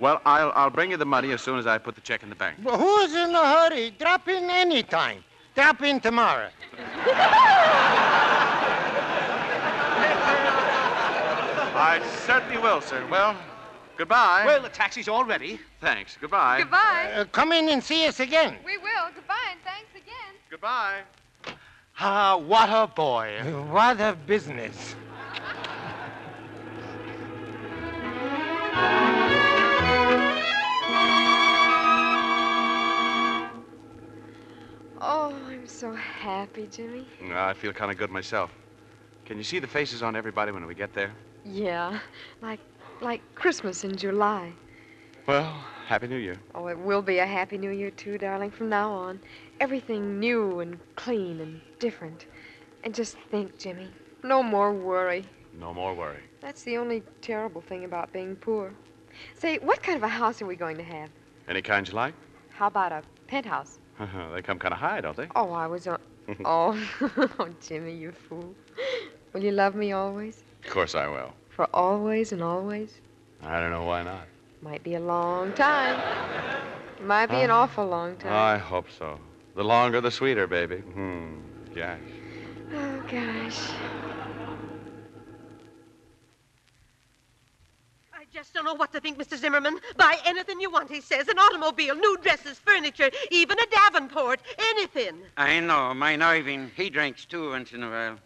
Speaker 7: Well, I'll, I'll bring you the money as soon as I put the check in the bank.
Speaker 20: But who's in a hurry? Drop in any time. Drop in tomorrow.
Speaker 7: I certainly will, sir. Well, goodbye.
Speaker 19: Well, the taxi's all ready.
Speaker 7: Thanks. Goodbye.
Speaker 8: Goodbye.
Speaker 20: Uh, come in and see us again.
Speaker 8: We will. Goodbye and thanks again.
Speaker 7: Goodbye.
Speaker 20: Ah, what a boy. What a business.
Speaker 8: Oh, I'm so happy, Jimmy.
Speaker 7: No, I feel kind of good myself. Can you see the faces on everybody when we get there?
Speaker 8: Yeah, like like Christmas in July.
Speaker 7: Well, Happy New Year.
Speaker 8: Oh, it will be a happy new year too, darling, from now on. Everything new and clean and different. And just think, Jimmy, no more worry.
Speaker 7: No more worry.
Speaker 8: That's the only terrible thing about being poor. Say, what kind of a house are we going to have?
Speaker 7: Any kind you like?
Speaker 8: How about a penthouse?
Speaker 7: they come kind of high, don't they?
Speaker 8: Oh, I was on. Oh, oh, Jimmy, you fool. Will you love me always?
Speaker 7: Of course I will.
Speaker 8: For always and always?
Speaker 7: I don't know why not.
Speaker 8: Might be a long time. Might be an
Speaker 7: Huh?
Speaker 8: awful long time.
Speaker 7: I hope so. The longer, the sweeter, baby. Hmm. Gosh.
Speaker 8: Oh, gosh.
Speaker 21: I just don't know what to think, Mr. Zimmerman. Buy anything you want, he says. An automobile, new dresses, furniture, even a Davenport, anything.
Speaker 16: I know, mine Irving. He drinks too once in a while.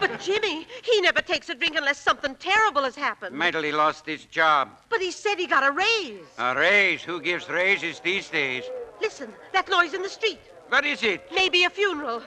Speaker 21: But Jimmy, he never takes a drink unless something terrible has happened.
Speaker 16: Mightily lost his job.
Speaker 21: But he said he got a raise.
Speaker 16: A raise? Who gives raises these days?
Speaker 21: Listen, that noise in the street.
Speaker 16: What is it?
Speaker 21: Maybe a funeral.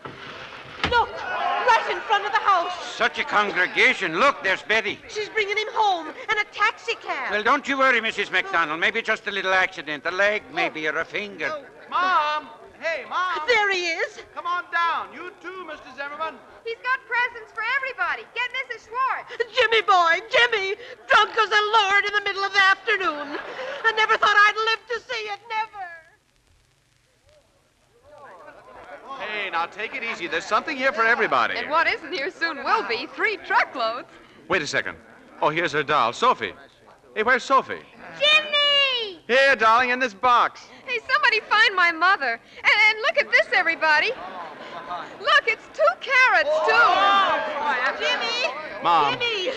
Speaker 21: Look, right in front of the house.
Speaker 16: Such a congregation. Look, there's Betty.
Speaker 21: She's bringing him home in a taxi cab.
Speaker 16: Well, don't you worry, Mrs. MacDonald. Maybe just a little accident. A leg, maybe, or a finger.
Speaker 7: Oh. Mom! Hey, Mom!
Speaker 21: There he is.
Speaker 7: Come on down. You too, Mr. Zimmerman.
Speaker 21: He's got presents for everybody. Get Mrs. Schwartz. Jimmy boy, Jimmy, drunk as a lord in the middle of the afternoon. I never thought I'd live to see it, never.
Speaker 7: Hey, now take it easy. There's something here for everybody.
Speaker 8: And what isn't here soon will be three truckloads.
Speaker 7: Wait a second. Oh, here's her doll, Sophie. Hey, where's Sophie?
Speaker 8: Jimmy!
Speaker 7: Here, darling, in this box.
Speaker 8: Hey, somebody find my mother. And, and look at this, everybody. Look, it's two carrots, too.
Speaker 21: Oh. Jimmy!
Speaker 7: Mom.
Speaker 21: Jimmy!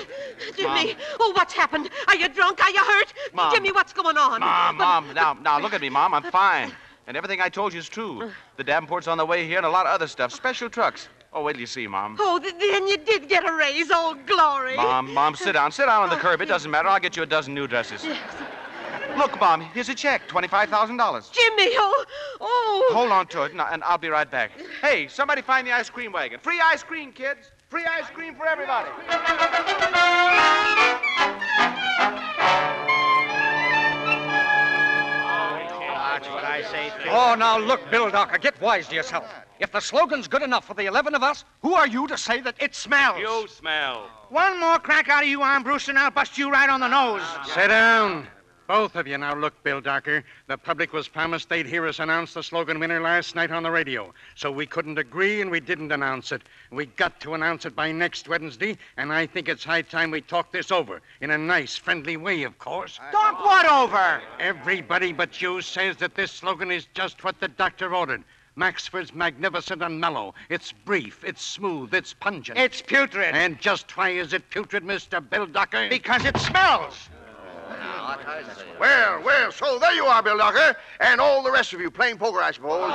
Speaker 21: Jimmy! Oh, what's happened? Are you drunk? Are you hurt?
Speaker 7: Mom.
Speaker 21: Jimmy, what's going on?
Speaker 7: Mom, Mom, now, now look at me, Mom. I'm fine. And everything I told you is true. The Davenport's on the way here and a lot of other stuff. Special trucks. Oh, wait till you see, Mom.
Speaker 21: Oh, th- then you did get a raise. Oh, glory.
Speaker 7: Mom, Mom, sit down. Sit down on the curb. It doesn't matter. I'll get you a dozen new dresses. Look, Mom, here's a check $25,000.
Speaker 21: Jimmy, oh, oh.
Speaker 7: Hold on to it, and I- and I'll be right back. Hey, somebody find the ice cream wagon. Free ice cream, kids. Free ice cream for everybody.
Speaker 3: That's what I say.
Speaker 16: Oh, now look, Bill Docker, get wise to yourself. If the slogan's good enough for the 11 of us, who are you to say that it smells?
Speaker 11: You smell.
Speaker 5: One more crack out of you, I'm Bruce, and I'll bust you right on the nose.
Speaker 16: Sit down.
Speaker 12: Both of you now look, Bill Docker. The public was promised they'd hear us announce the slogan winner last night on the radio. So we couldn't agree and we didn't announce it. We got to announce it by next Wednesday, and I think it's high time we talk this over. In a nice, friendly way, of course.
Speaker 5: Talk what over?
Speaker 12: Everybody but you says that this slogan is just what the doctor ordered. Maxford's magnificent and mellow. It's brief, it's smooth, it's pungent. It's putrid. And just why is it putrid, Mr. Bill Docker? Because it smells.
Speaker 4: Well, well, so there you are, Bill Docker, and all the rest of you playing poker, I suppose.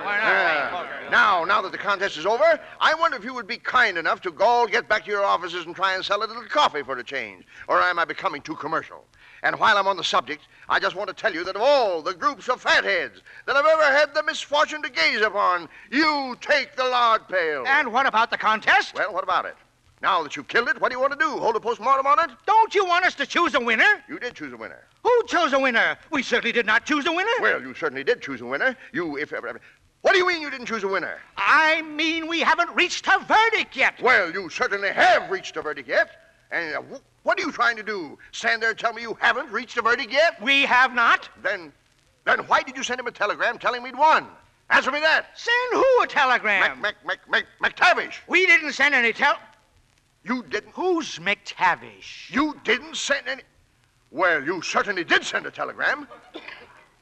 Speaker 4: Yeah. Now, now that the contest is over, I wonder if you would be kind enough to go all get back to your offices and try and sell a little coffee for a change, or am I becoming too commercial? And while I'm on the subject, I just want to tell you that of all the groups of fatheads that I've ever had the misfortune to gaze upon, you take the lard pail. And
Speaker 5: what about the contest?
Speaker 4: Well, what about it? Now that you've killed it, what do you want to do? Hold a postmortem on it?
Speaker 5: Don't you want us to choose a winner?
Speaker 4: You did choose a winner.
Speaker 5: Who chose a winner? We certainly did not choose a winner.
Speaker 4: Well, you certainly did choose a winner. You, if ever. What do you mean you didn't choose a winner?
Speaker 5: I mean we haven't reached a verdict yet.
Speaker 4: Well, you certainly have reached a verdict yet. And uh, wh- what are you trying to do? Stand there and tell me you haven't reached a verdict yet?
Speaker 5: We have not.
Speaker 4: Then, then why did you send him a telegram telling me he'd won? Answer me that.
Speaker 5: Send who a telegram?
Speaker 4: Mac, Mac, Mac, Mac, McTavish.
Speaker 5: We didn't send any tel.
Speaker 4: You didn't.
Speaker 5: Who's McTavish?
Speaker 4: You didn't send any. Well, you certainly did send a telegram.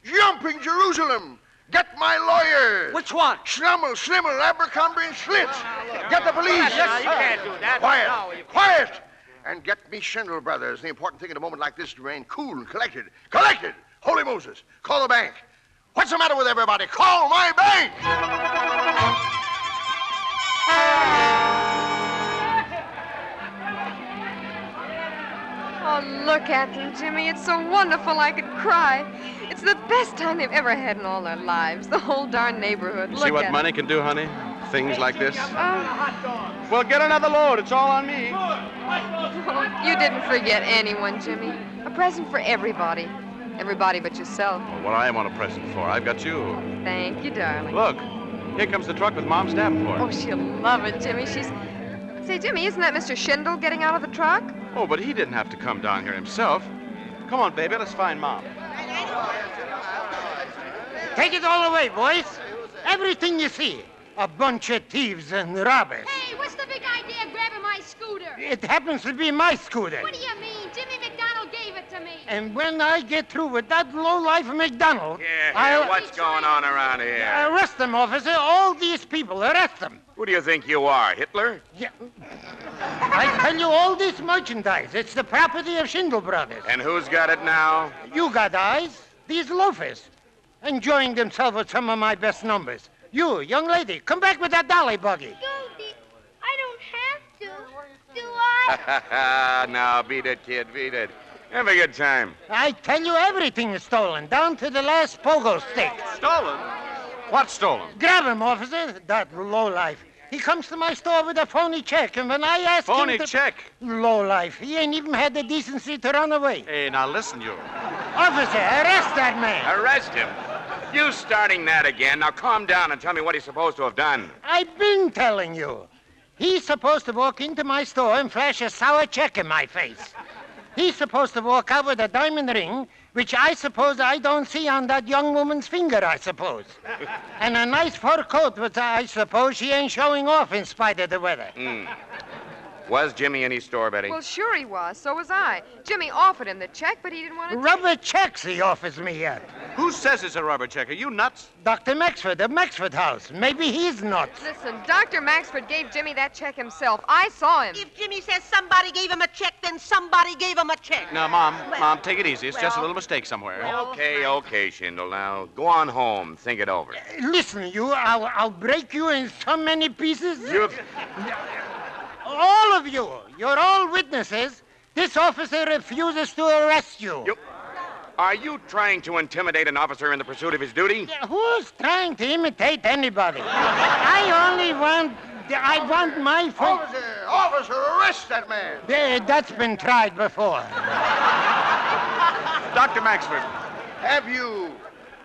Speaker 4: Jumping Jerusalem. Get my lawyers.
Speaker 16: Which one?
Speaker 4: Schlummel, Schlimmel, Abercrombie, and Schlitz. Get the police.
Speaker 5: Yes, Now, you sir. can't do that.
Speaker 4: Quiet.
Speaker 5: No, you can't.
Speaker 4: Quiet. And get me Schindel Brothers. The important thing at a moment like this is to remain cool and collected. Collected. Holy Moses. Call the bank. What's the matter with everybody? Call my bank.
Speaker 8: Oh, look at them, Jimmy. It's so wonderful I could cry. It's the best time they've ever had in all their lives. The whole darn neighborhood.
Speaker 7: You
Speaker 8: look
Speaker 7: see
Speaker 8: at
Speaker 7: what
Speaker 8: 'em.
Speaker 7: money can do, honey? Things like this.
Speaker 8: Oh.
Speaker 7: Well, get another load. It's all on me.
Speaker 8: Oh, you didn't forget anyone, Jimmy. A present for everybody. Everybody but yourself.
Speaker 7: What I want a present for. I've got you.
Speaker 8: Thank you, darling.
Speaker 7: Look, here comes the truck with Mom's Davenport.
Speaker 8: Oh, she'll love it, Jimmy. She's. Say, Jimmy, isn't that Mr. Schindel getting out of the truck?
Speaker 7: Oh, but he didn't have to come down here himself. Come on, baby, let's find Mom.
Speaker 20: Take it all away, boys. Everything you see. A bunch of thieves and robbers.
Speaker 6: Hey, what's the big idea grabbing my scooter?
Speaker 20: It happens to be my scooter.
Speaker 6: What do you mean? Jimmy McDonald gave it to me.
Speaker 20: And when I get through with that lowlife McDonald, I'll
Speaker 9: what's going on around here?
Speaker 20: arrest them, officer. All these people, arrest them.
Speaker 9: Who do you think you are, Hitler?
Speaker 20: Yeah. I tell you, all this merchandise, it's the property of Schindel Brothers.
Speaker 9: And who's got it now?
Speaker 20: You got eyes. These loafers, enjoying themselves with some of my best numbers. You, young lady, come back with that dolly buggy.
Speaker 6: Goldie, I don't have to. Do I?
Speaker 9: now beat it, kid, beat it. Have a good time.
Speaker 20: I tell you, everything is stolen, down to the last pogo stick.
Speaker 9: Stolen? What's stolen?
Speaker 20: Grab him, officer, that lowlife. He comes to my store with a phony check, and when I ask
Speaker 7: Phony
Speaker 20: him to...
Speaker 7: check?
Speaker 20: Lowlife. He ain't even had the decency to run away.
Speaker 7: Hey, now listen, you.
Speaker 20: Officer, arrest that man.
Speaker 9: Arrest him. You starting that again. Now calm down and tell me what he's supposed to have done.
Speaker 20: I've been telling you. He's supposed to walk into my store and flash a sour check in my face. He's supposed to walk out with a diamond ring, which I suppose I don't see on that young woman's finger, I suppose. And a nice fur coat, which I suppose she ain't showing off in spite of the weather.
Speaker 9: Hmm. Was Jimmy in his store, Betty?
Speaker 8: Well, sure he was. So was I. Jimmy offered him the check, but he didn't want to.
Speaker 20: Rubber checks he offers me at.
Speaker 7: Who says it's a rubber check? Are you nuts?
Speaker 20: Dr. Maxford, of Maxford House. Maybe he's not.
Speaker 8: Listen, Dr. Maxford gave Jimmy that check himself. I saw him.
Speaker 21: If Jimmy says somebody gave him a check, then somebody gave him a check.
Speaker 7: Now, Mom,
Speaker 21: Well,
Speaker 7: Mom, take it easy. It's just a
Speaker 20: well,
Speaker 7: little mistake somewhere.
Speaker 9: Okay, okay, Schindel. Now go on home. Think it over.
Speaker 20: Listen, you, I'll, I'll break you in so many pieces.
Speaker 9: You-
Speaker 20: All of you, you're all witnesses. This officer refuses to arrest you.
Speaker 9: Are you trying to intimidate an officer in the pursuit of his duty?
Speaker 20: Who's trying to imitate anybody? I only want, I want my phone.
Speaker 4: Officer, officer, arrest that man.
Speaker 20: There, that's been tried before.
Speaker 4: Dr. Maxford. Have you,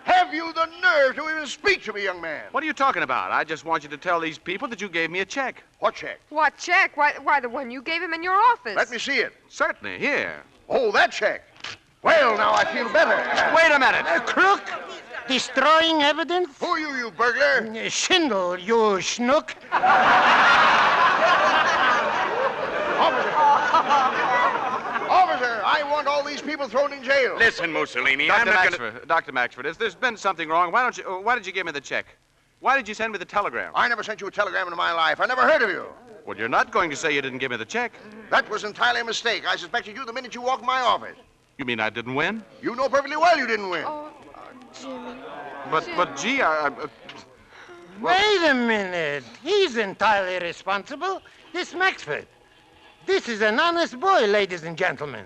Speaker 4: have you the nerve to even speak to me, young man?
Speaker 7: What are you talking about? I just want you to tell these people that you gave me a check.
Speaker 4: What check?
Speaker 8: What check? Why, why the one you gave him in your office?
Speaker 4: Let me see it.
Speaker 7: Certainly, here.
Speaker 4: Oh, that check. Well, now I feel better.
Speaker 20: Wait a minute. crook? Destroying evidence? Who
Speaker 4: are you, you burglar?
Speaker 20: Schindel, you schnook.
Speaker 4: Officer, I want all these people thrown in jail.
Speaker 9: Listen, Mussolini,
Speaker 7: Dr.
Speaker 9: I'm not
Speaker 7: Maxford, Dr. Maxford, if there's been something wrong, why don't you? uh, Why did you give me the check? Why did you send me the telegram?
Speaker 4: I never sent you a telegram in my life. I never heard of you.
Speaker 7: Well, you're not going to say you didn't give me the check.
Speaker 4: That was entirely a mistake. I suspected you the minute you walked my office.
Speaker 7: You mean I didn't win?
Speaker 4: You know perfectly well you didn't win.
Speaker 6: Jimmy.
Speaker 7: But, but, gee, I. I uh,
Speaker 20: Wait a minute. He's entirely responsible. This Maxford. This is an honest boy, ladies and gentlemen.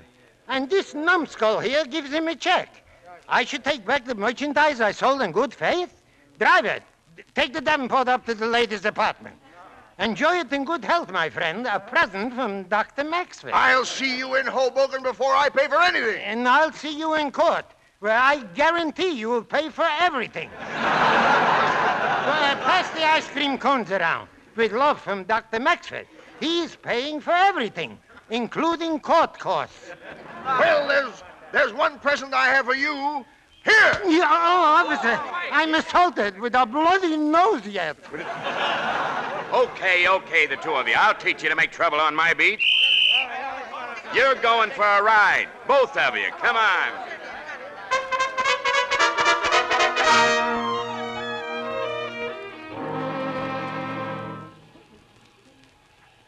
Speaker 20: And this numbskull here gives him a check. I should take back the merchandise I sold in good faith. Driver, d- take the Davenport up to the ladies' apartment. Enjoy it in good health, my friend. A present from Dr. Maxwell.
Speaker 4: I'll see you in Hoboken before I pay for anything.
Speaker 20: And I'll see you in court, where I guarantee you will pay for everything. well, uh, pass the ice cream cones around. With love from Dr. Maxwell. He's paying for everything, including court costs.
Speaker 4: Well, there's there's one present I have for you. Here!
Speaker 20: Yeah, oh, officer, I'm assaulted with a bloody nose yet.
Speaker 9: Okay, okay, the two of you. I'll teach you to make trouble on my beat. You're going for a ride, both of you. Come on.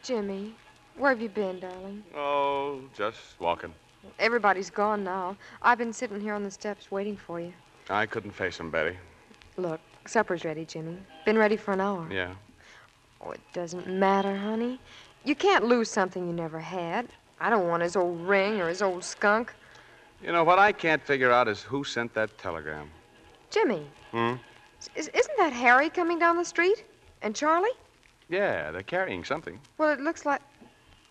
Speaker 8: Jimmy, where have you been, darling?
Speaker 7: oh, just walking.
Speaker 8: Everybody's gone now. I've been sitting here on the steps waiting for you.
Speaker 7: I couldn't face him, Betty.
Speaker 8: Look, supper's ready, Jimmy. Been ready for an hour.
Speaker 7: Yeah.
Speaker 8: Oh, it doesn't matter, honey. You can't lose something you never had. I don't want his old ring or his old skunk.
Speaker 7: You know what I can't figure out is who sent that telegram.
Speaker 8: Jimmy,
Speaker 7: Hmm.
Speaker 8: is, isn't that Harry coming down the street? And Charlie?
Speaker 7: Yeah, they're carrying something.
Speaker 8: Well, it looks like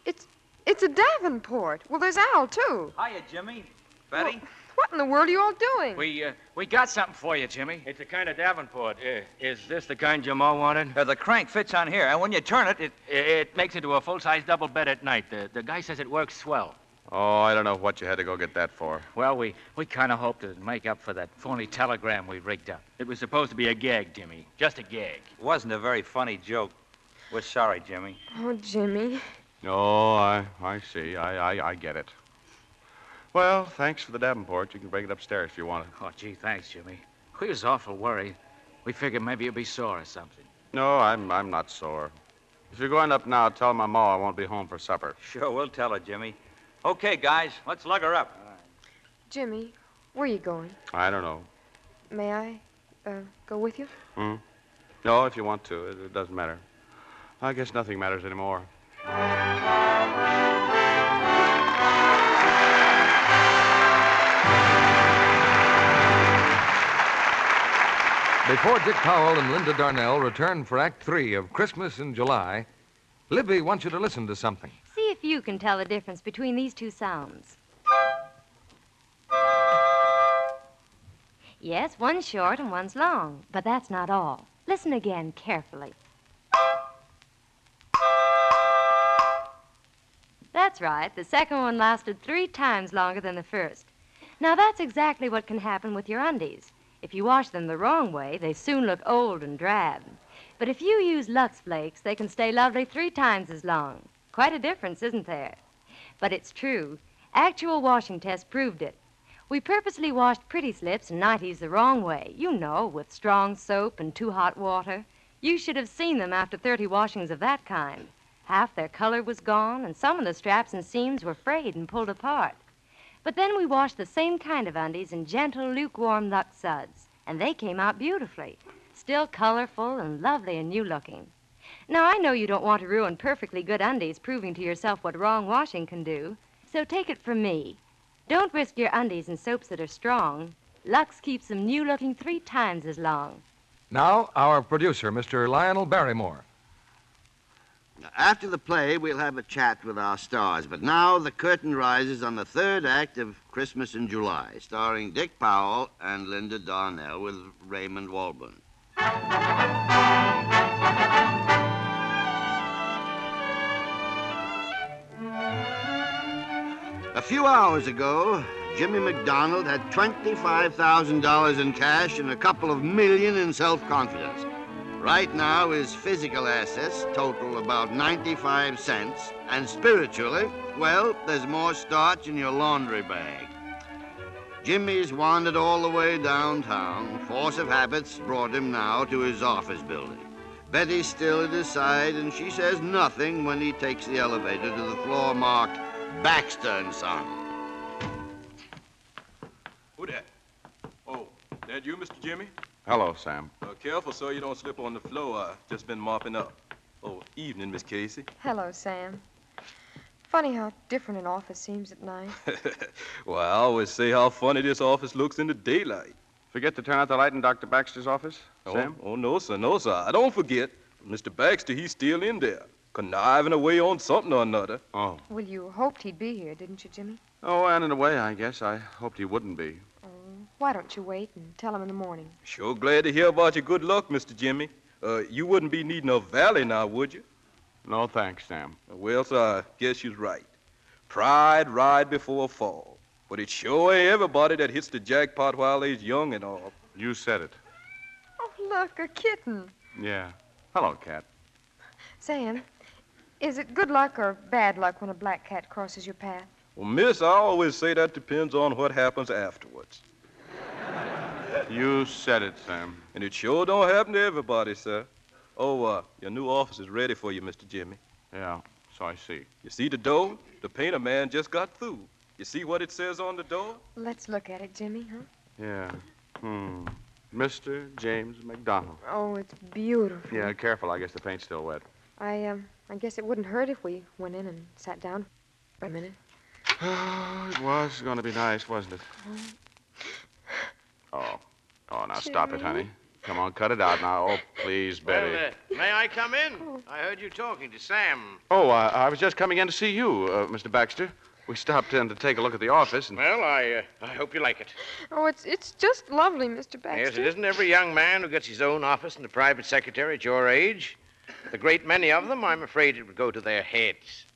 Speaker 8: it's it's a Davenport. Well, there's Al too.
Speaker 22: Hiya, Jimmy. Betty?
Speaker 8: What in the world are you all doing?
Speaker 22: We uh, we got something for you, Jimmy. It's the kind of Davenport. is this the kind Jamal wanted? the crank fits on here, and when you turn it, it it makes into a full-size double bed at night. The the guy says it works swell.
Speaker 7: Oh, I don't know what you had to go get that for.
Speaker 22: Well, we we kind of hoped it'd make up for that phony telegram we rigged up. It was supposed to be a gag, Jimmy. Just a gag. Wasn't a very funny joke. We're sorry, Jimmy.
Speaker 8: Oh, Jimmy.
Speaker 7: Oh, I, I see. I, I, I get it. Well, thanks for the Davenport. You can bring it upstairs if you want it.
Speaker 22: Oh, gee, thanks, Jimmy. We was awful worried. We figured maybe you'd be sore or something.
Speaker 7: No, I'm, I'm not sore. If you're going up now, tell my ma I won't be home for supper.
Speaker 22: Sure, we'll tell her, Jimmy. Okay, guys, let's lug her up.
Speaker 8: Jimmy, where are you going?
Speaker 7: I don't know.
Speaker 8: May I uh, go with you?
Speaker 7: Hmm? No, if you want to. It, it doesn't matter. I guess nothing matters anymore.
Speaker 1: Before Dick Powell and Linda Darnell return for Act Three of Christmas in July, Libby wants you to listen to something.
Speaker 17: See if you can tell the difference between these two sounds. Yes, one's short and one's long, but that's not all. Listen again carefully. That's right, the second one lasted three times longer than the first. Now, that's exactly what can happen with your undies. If you wash them the wrong way, they soon look old and drab. But if you use Lux Flakes, they can stay lovely three times as long. Quite a difference, isn't there? But it's true. Actual washing tests proved it. We purposely washed pretty slips and 90s the wrong way, you know, with strong soap and too hot water. You should have seen them after 30 washings of that kind. Half their color was gone, and some of the straps and seams were frayed and pulled apart. But then we washed the same kind of undies in gentle, lukewarm Lux suds, and they came out beautifully. Still colorful and lovely and new looking. Now, I know you don't want to ruin perfectly good undies proving to yourself what wrong washing can do, so take it from me. Don't risk your undies in soaps that are strong. Lux keeps them new looking three times as long.
Speaker 1: Now, our producer, Mr. Lionel Barrymore.
Speaker 2: After the play, we'll have a chat with our stars, but now the curtain rises on the third act of Christmas in July, starring Dick Powell and Linda Darnell with Raymond Walburn. A few hours ago, Jimmy McDonald had $25,000 in cash and a couple of million in self confidence. Right now, his physical assets total about 95 cents, and spiritually, well, there's more starch in your laundry bag. Jimmy's wandered all the way downtown. Force of habits brought him now to his office building. Betty's still at his side, and she says nothing when he takes the elevator to the floor marked Baxter and Son.
Speaker 23: Who that? Oh, that you, Mr. Jimmy?
Speaker 7: Hello, Sam.
Speaker 23: Uh, careful, sir, you don't slip on the floor. i just been mopping up. Oh, evening, Miss Casey.
Speaker 8: Hello, Sam. Funny how different an office seems at night.
Speaker 23: well, I always say how funny this office looks in the daylight.
Speaker 7: Forget to turn out the light in Dr. Baxter's office,
Speaker 23: oh,
Speaker 7: Sam?
Speaker 23: Oh, no, sir, no, sir. I don't forget. Mr. Baxter, he's still in there, conniving away on something or another.
Speaker 7: Oh.
Speaker 8: Well, you hoped he'd be here, didn't you, Jimmy?
Speaker 7: Oh, and in a way, I guess. I hoped he wouldn't be.
Speaker 8: Why don't you wait and tell him in the morning?
Speaker 23: Sure glad to hear about your good luck, Mr. Jimmy. Uh, you wouldn't be needing a valley now, would you?
Speaker 7: No, thanks, Sam.
Speaker 23: Well, sir, I guess you're right. Pride ride before a fall. But it sure ain't everybody that hits the jackpot while they's young and all.
Speaker 7: You said it.
Speaker 8: Oh, look, a kitten.
Speaker 7: Yeah. Hello, Cat.
Speaker 8: Sam, is it good luck or bad luck when a black cat crosses your path?
Speaker 23: Well, miss, I always say that depends on what happens afterwards.
Speaker 7: You said it, Sam.
Speaker 23: And it sure don't happen to everybody, sir. Oh, uh, your new office is ready for you, Mr. Jimmy.
Speaker 7: Yeah, so I see.
Speaker 23: You see the door? The painter man just got through. You see what it says on the door?
Speaker 8: Let's look at it, Jimmy, huh?
Speaker 7: Yeah. Hmm. Mr. James McDonald.
Speaker 8: Oh, it's beautiful.
Speaker 7: Yeah, careful. I guess the paint's still wet.
Speaker 8: I um, I guess it wouldn't hurt if we went in and sat down for a minute.
Speaker 7: Oh, it was going to be nice, wasn't it? Oh. Oh, now stop it, honey. Come on, cut it out now. Oh, please, Betty.
Speaker 3: Well, uh, may I come in? I heard you talking to Sam.
Speaker 7: Oh, I, I was just coming in to see you, uh, Mr. Baxter. We stopped in to take a look at the office, and
Speaker 3: Well, I uh, I hope you like it.
Speaker 8: Oh, it's it's just lovely, Mr. Baxter.
Speaker 3: Yes, it isn't every young man who gets his own office and a private secretary at your age. The great many of them, I'm afraid it would go to their heads.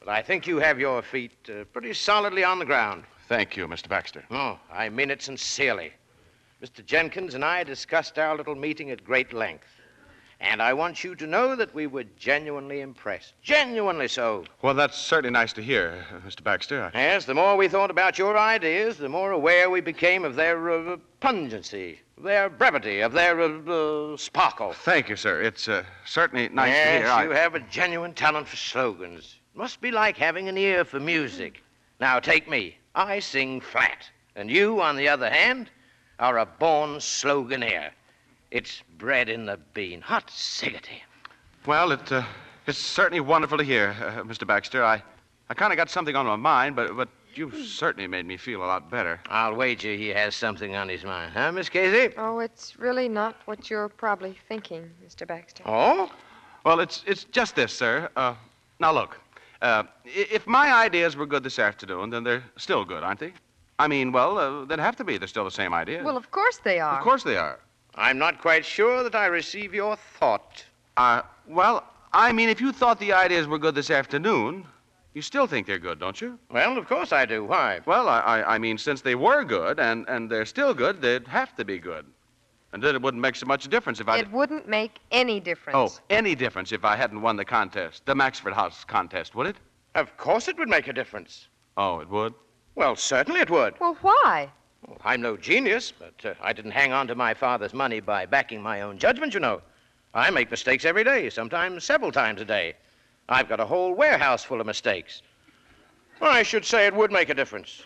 Speaker 3: But I think you have your feet uh, pretty solidly on the ground.
Speaker 7: thank you, Mr. Baxter.
Speaker 3: No, I mean it sincerely. Mr. Jenkins and I discussed our little meeting at great length. And I want you to know that we were genuinely impressed. Genuinely so.
Speaker 7: Well, that's certainly nice to hear, uh, Mr. Baxter. I-
Speaker 3: Yes, the more we thought about your ideas, the more aware we became of their uh, pungency, their brevity, of their uh, uh, sparkle.
Speaker 7: Thank you, sir. It's uh, certainly nice
Speaker 3: yes,
Speaker 7: to hear. I-
Speaker 3: you have a genuine talent for slogans. Must be like having an ear for music. Now, take me. I sing flat. And you, on the other hand, are a born sloganeer. It's bread in the bean. Hot siggity.
Speaker 7: Well, it, uh, it's certainly wonderful to hear, uh, Mr. Baxter. I, I kind of got something on my mind, but, but you've certainly made me feel a lot better.
Speaker 3: I'll wager he has something on his mind, huh, Miss Casey?
Speaker 8: Oh, it's really not what you're probably thinking, Mr. Baxter.
Speaker 3: Oh?
Speaker 7: Well, it's, it's just this, sir. Uh, now, look. Uh, i- if my ideas were good this afternoon, then they're still good, aren't they? I mean, well, uh, they'd have to be. They're still the same ideas.
Speaker 8: Well, of course they are.
Speaker 7: Of course they are.
Speaker 3: I'm not quite sure that I receive your thought.
Speaker 7: Uh, well, I mean, if you thought the ideas were good this afternoon, you still think they're good, don't you?
Speaker 3: Well, of course I do. Why?
Speaker 7: Well, I, I, I mean, since they were good and, and they're still good, they'd have to be good. And then it wouldn't make so much difference if I.
Speaker 8: It wouldn't make any difference.
Speaker 7: Oh, any difference if I hadn't won the contest, the Maxford House contest, would it?
Speaker 3: Of course it would make a difference.
Speaker 7: Oh, it would?
Speaker 3: Well, certainly it would.
Speaker 8: Well, why?
Speaker 3: Well, I'm no genius, but uh, I didn't hang on to my father's money by backing my own judgment, you know. I make mistakes every day, sometimes several times a day. I've got a whole warehouse full of mistakes. Well, I should say it would make a difference.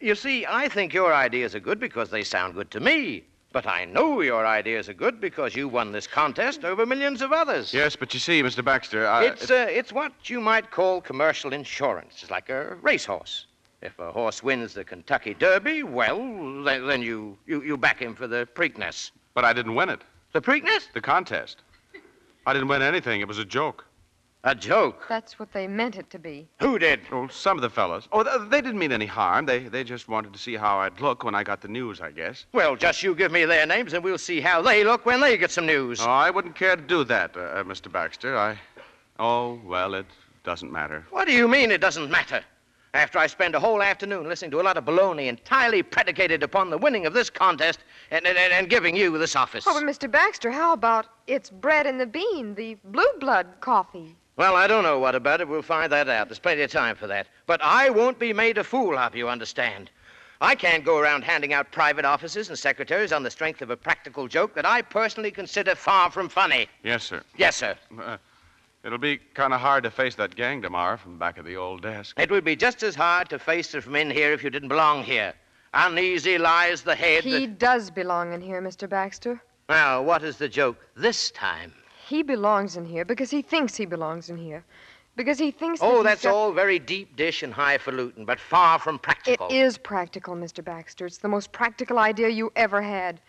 Speaker 3: You see, I think your ideas are good because they sound good to me. But I know your ideas are good because you won this contest over millions of others.
Speaker 7: Yes, but you see, Mr. Baxter, I.
Speaker 3: it's, uh, it's what you might call commercial insurance. It's like a racehorse. If a horse wins the Kentucky Derby, well, then, then you, you, you back him for the Preakness.
Speaker 7: But I didn't win it.
Speaker 3: The Preakness?
Speaker 7: The contest. I didn't win anything. It was a joke.
Speaker 3: A joke?
Speaker 8: That's what they meant it to be.
Speaker 3: Who did?
Speaker 7: Well, some of the fellows. Oh, th- they didn't mean any harm. They, they just wanted to see how I'd look when I got the news, I guess.
Speaker 3: Well, just you give me their names and we'll see how they look when they get some news.
Speaker 7: Oh, I wouldn't care to do that, uh, uh, Mr. Baxter. I. Oh, well, it doesn't matter.
Speaker 3: What do you mean it doesn't matter? After I spend a whole afternoon listening to a lot of baloney entirely predicated upon the winning of this contest and, and, and and giving you this office.
Speaker 8: Oh, but Mr. Baxter, how about it's bread and the bean, the blue blood coffee?
Speaker 3: Well, I don't know what about it. We'll find that out. There's plenty of time for that. But I won't be made a fool of, you understand. I can't go around handing out private offices and secretaries on the strength of a practical joke that I personally consider far from funny.
Speaker 7: Yes, sir.
Speaker 3: Yes, sir.
Speaker 7: Uh, it'll be kind of hard to face that gang tomorrow from back of the old desk.
Speaker 3: It would be just as hard to face them from in here if you didn't belong here. Uneasy lies the head.
Speaker 8: He does belong in here, Mr. Baxter.
Speaker 3: Now, what is the joke this time?
Speaker 8: He belongs in here because he thinks he belongs in here. Because he thinks. that
Speaker 3: Oh,
Speaker 8: he's
Speaker 3: that's
Speaker 8: got-
Speaker 3: all very deep dish and highfalutin, but far from
Speaker 8: It
Speaker 3: practical.
Speaker 8: is practical, Mr. Baxter. It's the most practical idea you ever had.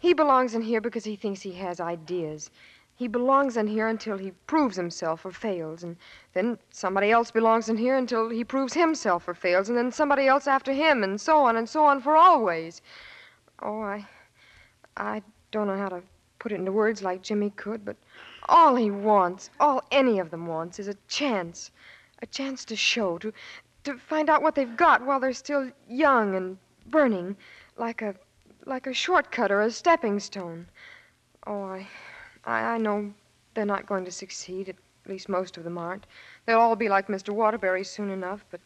Speaker 8: He belongs in here because he thinks he has ideas. He belongs in here until he proves himself or fails, and then somebody else belongs in here until he proves himself or fails, and then somebody else after him, and so on and so on for always. Oh, I, I don't know how to put it into words like Jimmy could, but all he wants, all any of them wants, is a chance, a chance to show, to to find out what they've got while they're still young and burning, like a like a shortcut or a stepping stone. Oh, I, I, I know they're not going to succeed. At least most of them aren't. They'll all be like Mr. Waterbury soon enough, but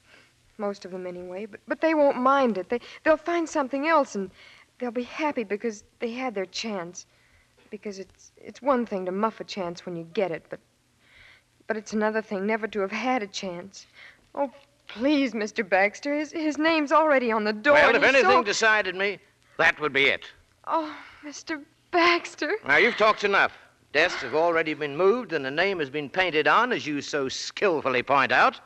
Speaker 8: most of them anyway. But but they won't mind it. They they'll find something else and they'll be happy because they had their chance. Because it's it's one thing to muff a chance when you get it, but but it's another thing never to have had a chance. Oh, please, Mr. Baxter, his his name's already on the door.
Speaker 3: well,
Speaker 8: and
Speaker 3: if
Speaker 8: he's
Speaker 3: anything
Speaker 8: so-
Speaker 3: decided me, that would be it.
Speaker 8: Oh, Mr. Baxter.
Speaker 3: Now, you've talked enough. Desks have already been moved, and the name has been painted on, as you so skillfully point out.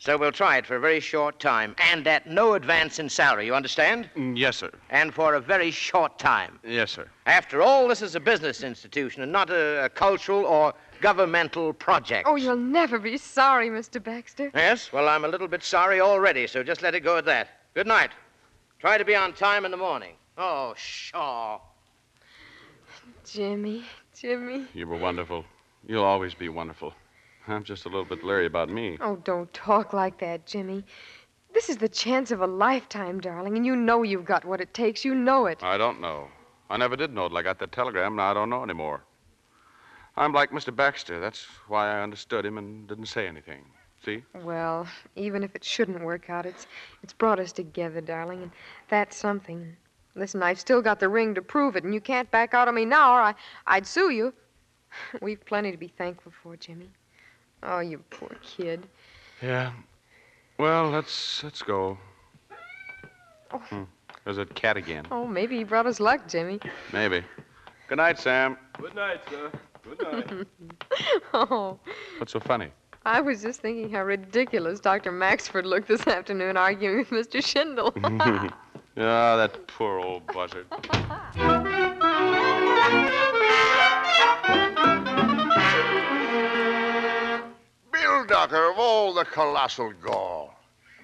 Speaker 3: So we'll try it for a very short time, and at no advance in salary, you understand?
Speaker 7: Mm, yes, sir.
Speaker 3: And for a very short time.
Speaker 7: Yes, sir.
Speaker 3: After all, this is a business institution and not a, a cultural or governmental project.
Speaker 8: Oh, you'll never be sorry, Mr. Baxter.
Speaker 3: Yes? Well, I'm a little bit sorry already, so just let it go at that. Good night. Try to be on time in the morning. Oh, Shaw.
Speaker 8: Jimmy, Jimmy.
Speaker 7: You were wonderful. You'll always be wonderful. I'm just a little bit leery about me.
Speaker 8: Oh, don't talk like that, Jimmy. This is the chance of a lifetime, darling, and you know you've got what it takes. You know it.
Speaker 7: I don't know. I never did know till I got the telegram, and I don't know anymore. I'm like Mr. Baxter. That's why I understood him and didn't say anything. See?
Speaker 8: Well, even if it shouldn't work out, it's it's brought us together, darling, and that's something. Listen, I've still got the ring to prove it, and you can't back out of me now, or I, I'd sue you. We've plenty to be thankful for, Jimmy. Oh, you poor kid.
Speaker 7: Yeah. Well, let's let's go. Hmm. There's a cat again.
Speaker 8: Oh, maybe he brought us luck, Jimmy.
Speaker 7: Maybe. Good night, Sam.
Speaker 9: Good night, sir. Good night.
Speaker 8: oh,
Speaker 7: What's so funny?
Speaker 8: I was just thinking how ridiculous Dr. Maxford looked this afternoon arguing with Mr. Schindel.
Speaker 7: Ah, that poor old buzzard.
Speaker 4: Builducker of all the colossal gall.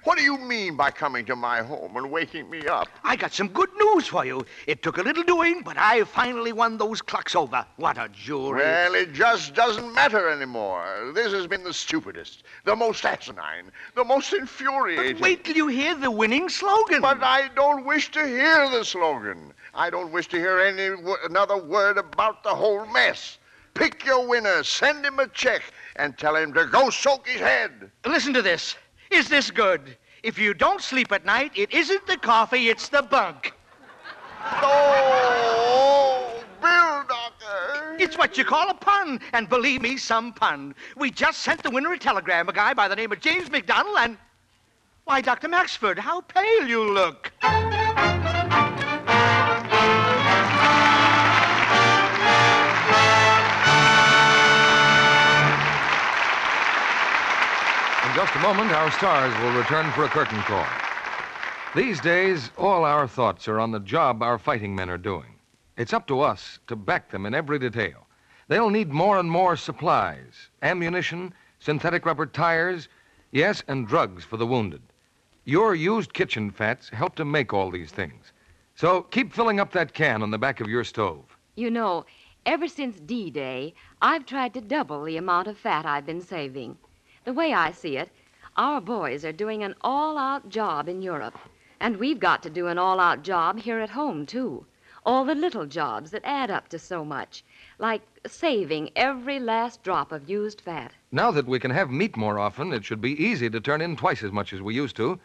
Speaker 4: What do you mean by coming to my home and waking me up?
Speaker 5: I got some good news for you. It took a little doing, but I finally won those clocks over. What a jury.
Speaker 4: Well, it just doesn't matter anymore. This has been the stupidest, the most asinine, the most infuriating. But wait
Speaker 5: till you hear the winning slogan.
Speaker 4: But I don't wish to hear the slogan. I don't wish to hear any w- another word about the whole mess. Pick your winner, send him a check, and tell him to go soak his head.
Speaker 5: Listen to this. Is this good? If you don't sleep at night, it isn't the coffee, it's the bunk.
Speaker 4: Oh, Bill, Doctor.
Speaker 5: It's what you call a pun, and believe me, some pun. We just sent the winner a telegram, a guy by the name of James McDonald, and. Why, Dr. Maxford, how pale you look.
Speaker 1: In just a moment, our stars will return for a curtain call. These days, all our thoughts are on the job our fighting men are doing. It's up to us to back them in every detail. They'll need more and more supplies ammunition, synthetic rubber tires, yes, and drugs for the wounded. Your used kitchen fats help to make all these things. So keep filling up that can on the back of your stove.
Speaker 17: You know, ever since D Day, I've tried to double the amount of fat I've been saving. The way I see it,
Speaker 24: Our boys are doing an all out job in Europe, and we've got to do an all out job here at home, too. All the little jobs that add up to so much, like saving every last drop of used fat.
Speaker 1: Now that we can have meat more often, it should be easy to turn in twice as much as we used to.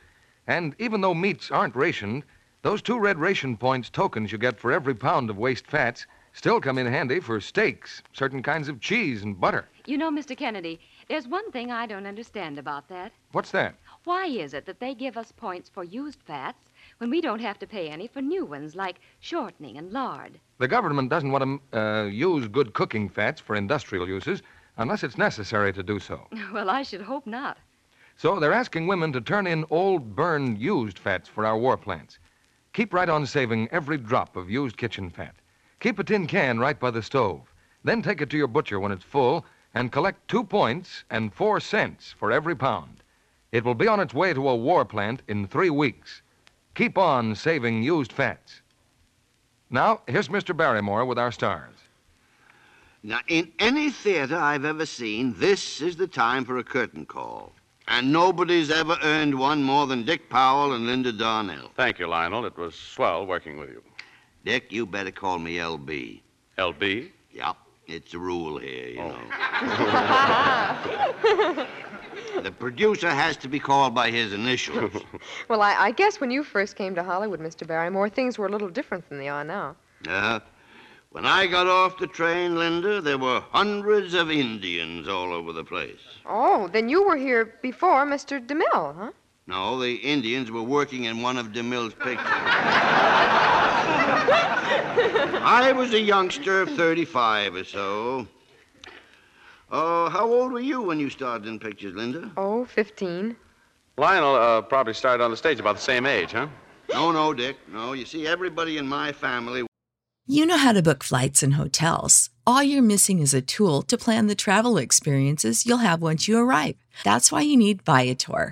Speaker 1: And even though meats aren't rationed, those two red ration points tokens you get for every pound of waste fats still come in handy for steaks, certain kinds of cheese, and butter.
Speaker 24: You know, Mr. Kennedy, there's one thing I don't understand about that.
Speaker 1: What's that?
Speaker 24: Why is it that they give us points for used fats when we don't have to pay any for new ones like shortening and lard?
Speaker 1: The government doesn't want to uh, use good cooking fats for industrial uses unless it's necessary to do so.
Speaker 24: Well, I should hope not.
Speaker 1: So they're asking women to turn in old, burned, used fats for our war plants. Keep right on saving every drop of used kitchen fat. Keep a tin can right by the stove. Then take it to your butcher when it's full and collect two points and four cents for every pound. It will be on its way to a war plant in three weeks. Keep on saving used fats. Now, here's Mr. Barrymore with our stars.
Speaker 2: Now, in any theater I've ever seen, this is the time for a curtain call. And nobody's ever earned one more than Dick Powell and Linda Darnell.
Speaker 25: Thank you, Lionel. It was swell working with you.
Speaker 2: Dick, you better call me LB.
Speaker 25: LB?
Speaker 2: Yep. It's a rule here,
Speaker 25: Oh.
Speaker 2: you know. the producer has to be called by his initials.
Speaker 8: Well, I, I guess when you first came to Hollywood, Mr. Barrymore, things were a little different than they are now.
Speaker 2: Uh, when I got off the train, Linda, there were hundreds of Indians all over the place.
Speaker 8: Oh, then you were here before Mr. DeMille, huh?
Speaker 2: No, the Indians were working in one of DeMille's pictures. I was a youngster of 35 or so. Oh, how old were you when you started in pictures, Linda?
Speaker 8: Oh, 15.
Speaker 25: Lionel uh, probably started on the stage about the same age, huh?
Speaker 2: No, no, Dick. No, you see, everybody in my family
Speaker 18: You know how to book flights and hotels. All you're missing is a tool to plan the travel experiences you'll have once you arrive. That's why you need Viator.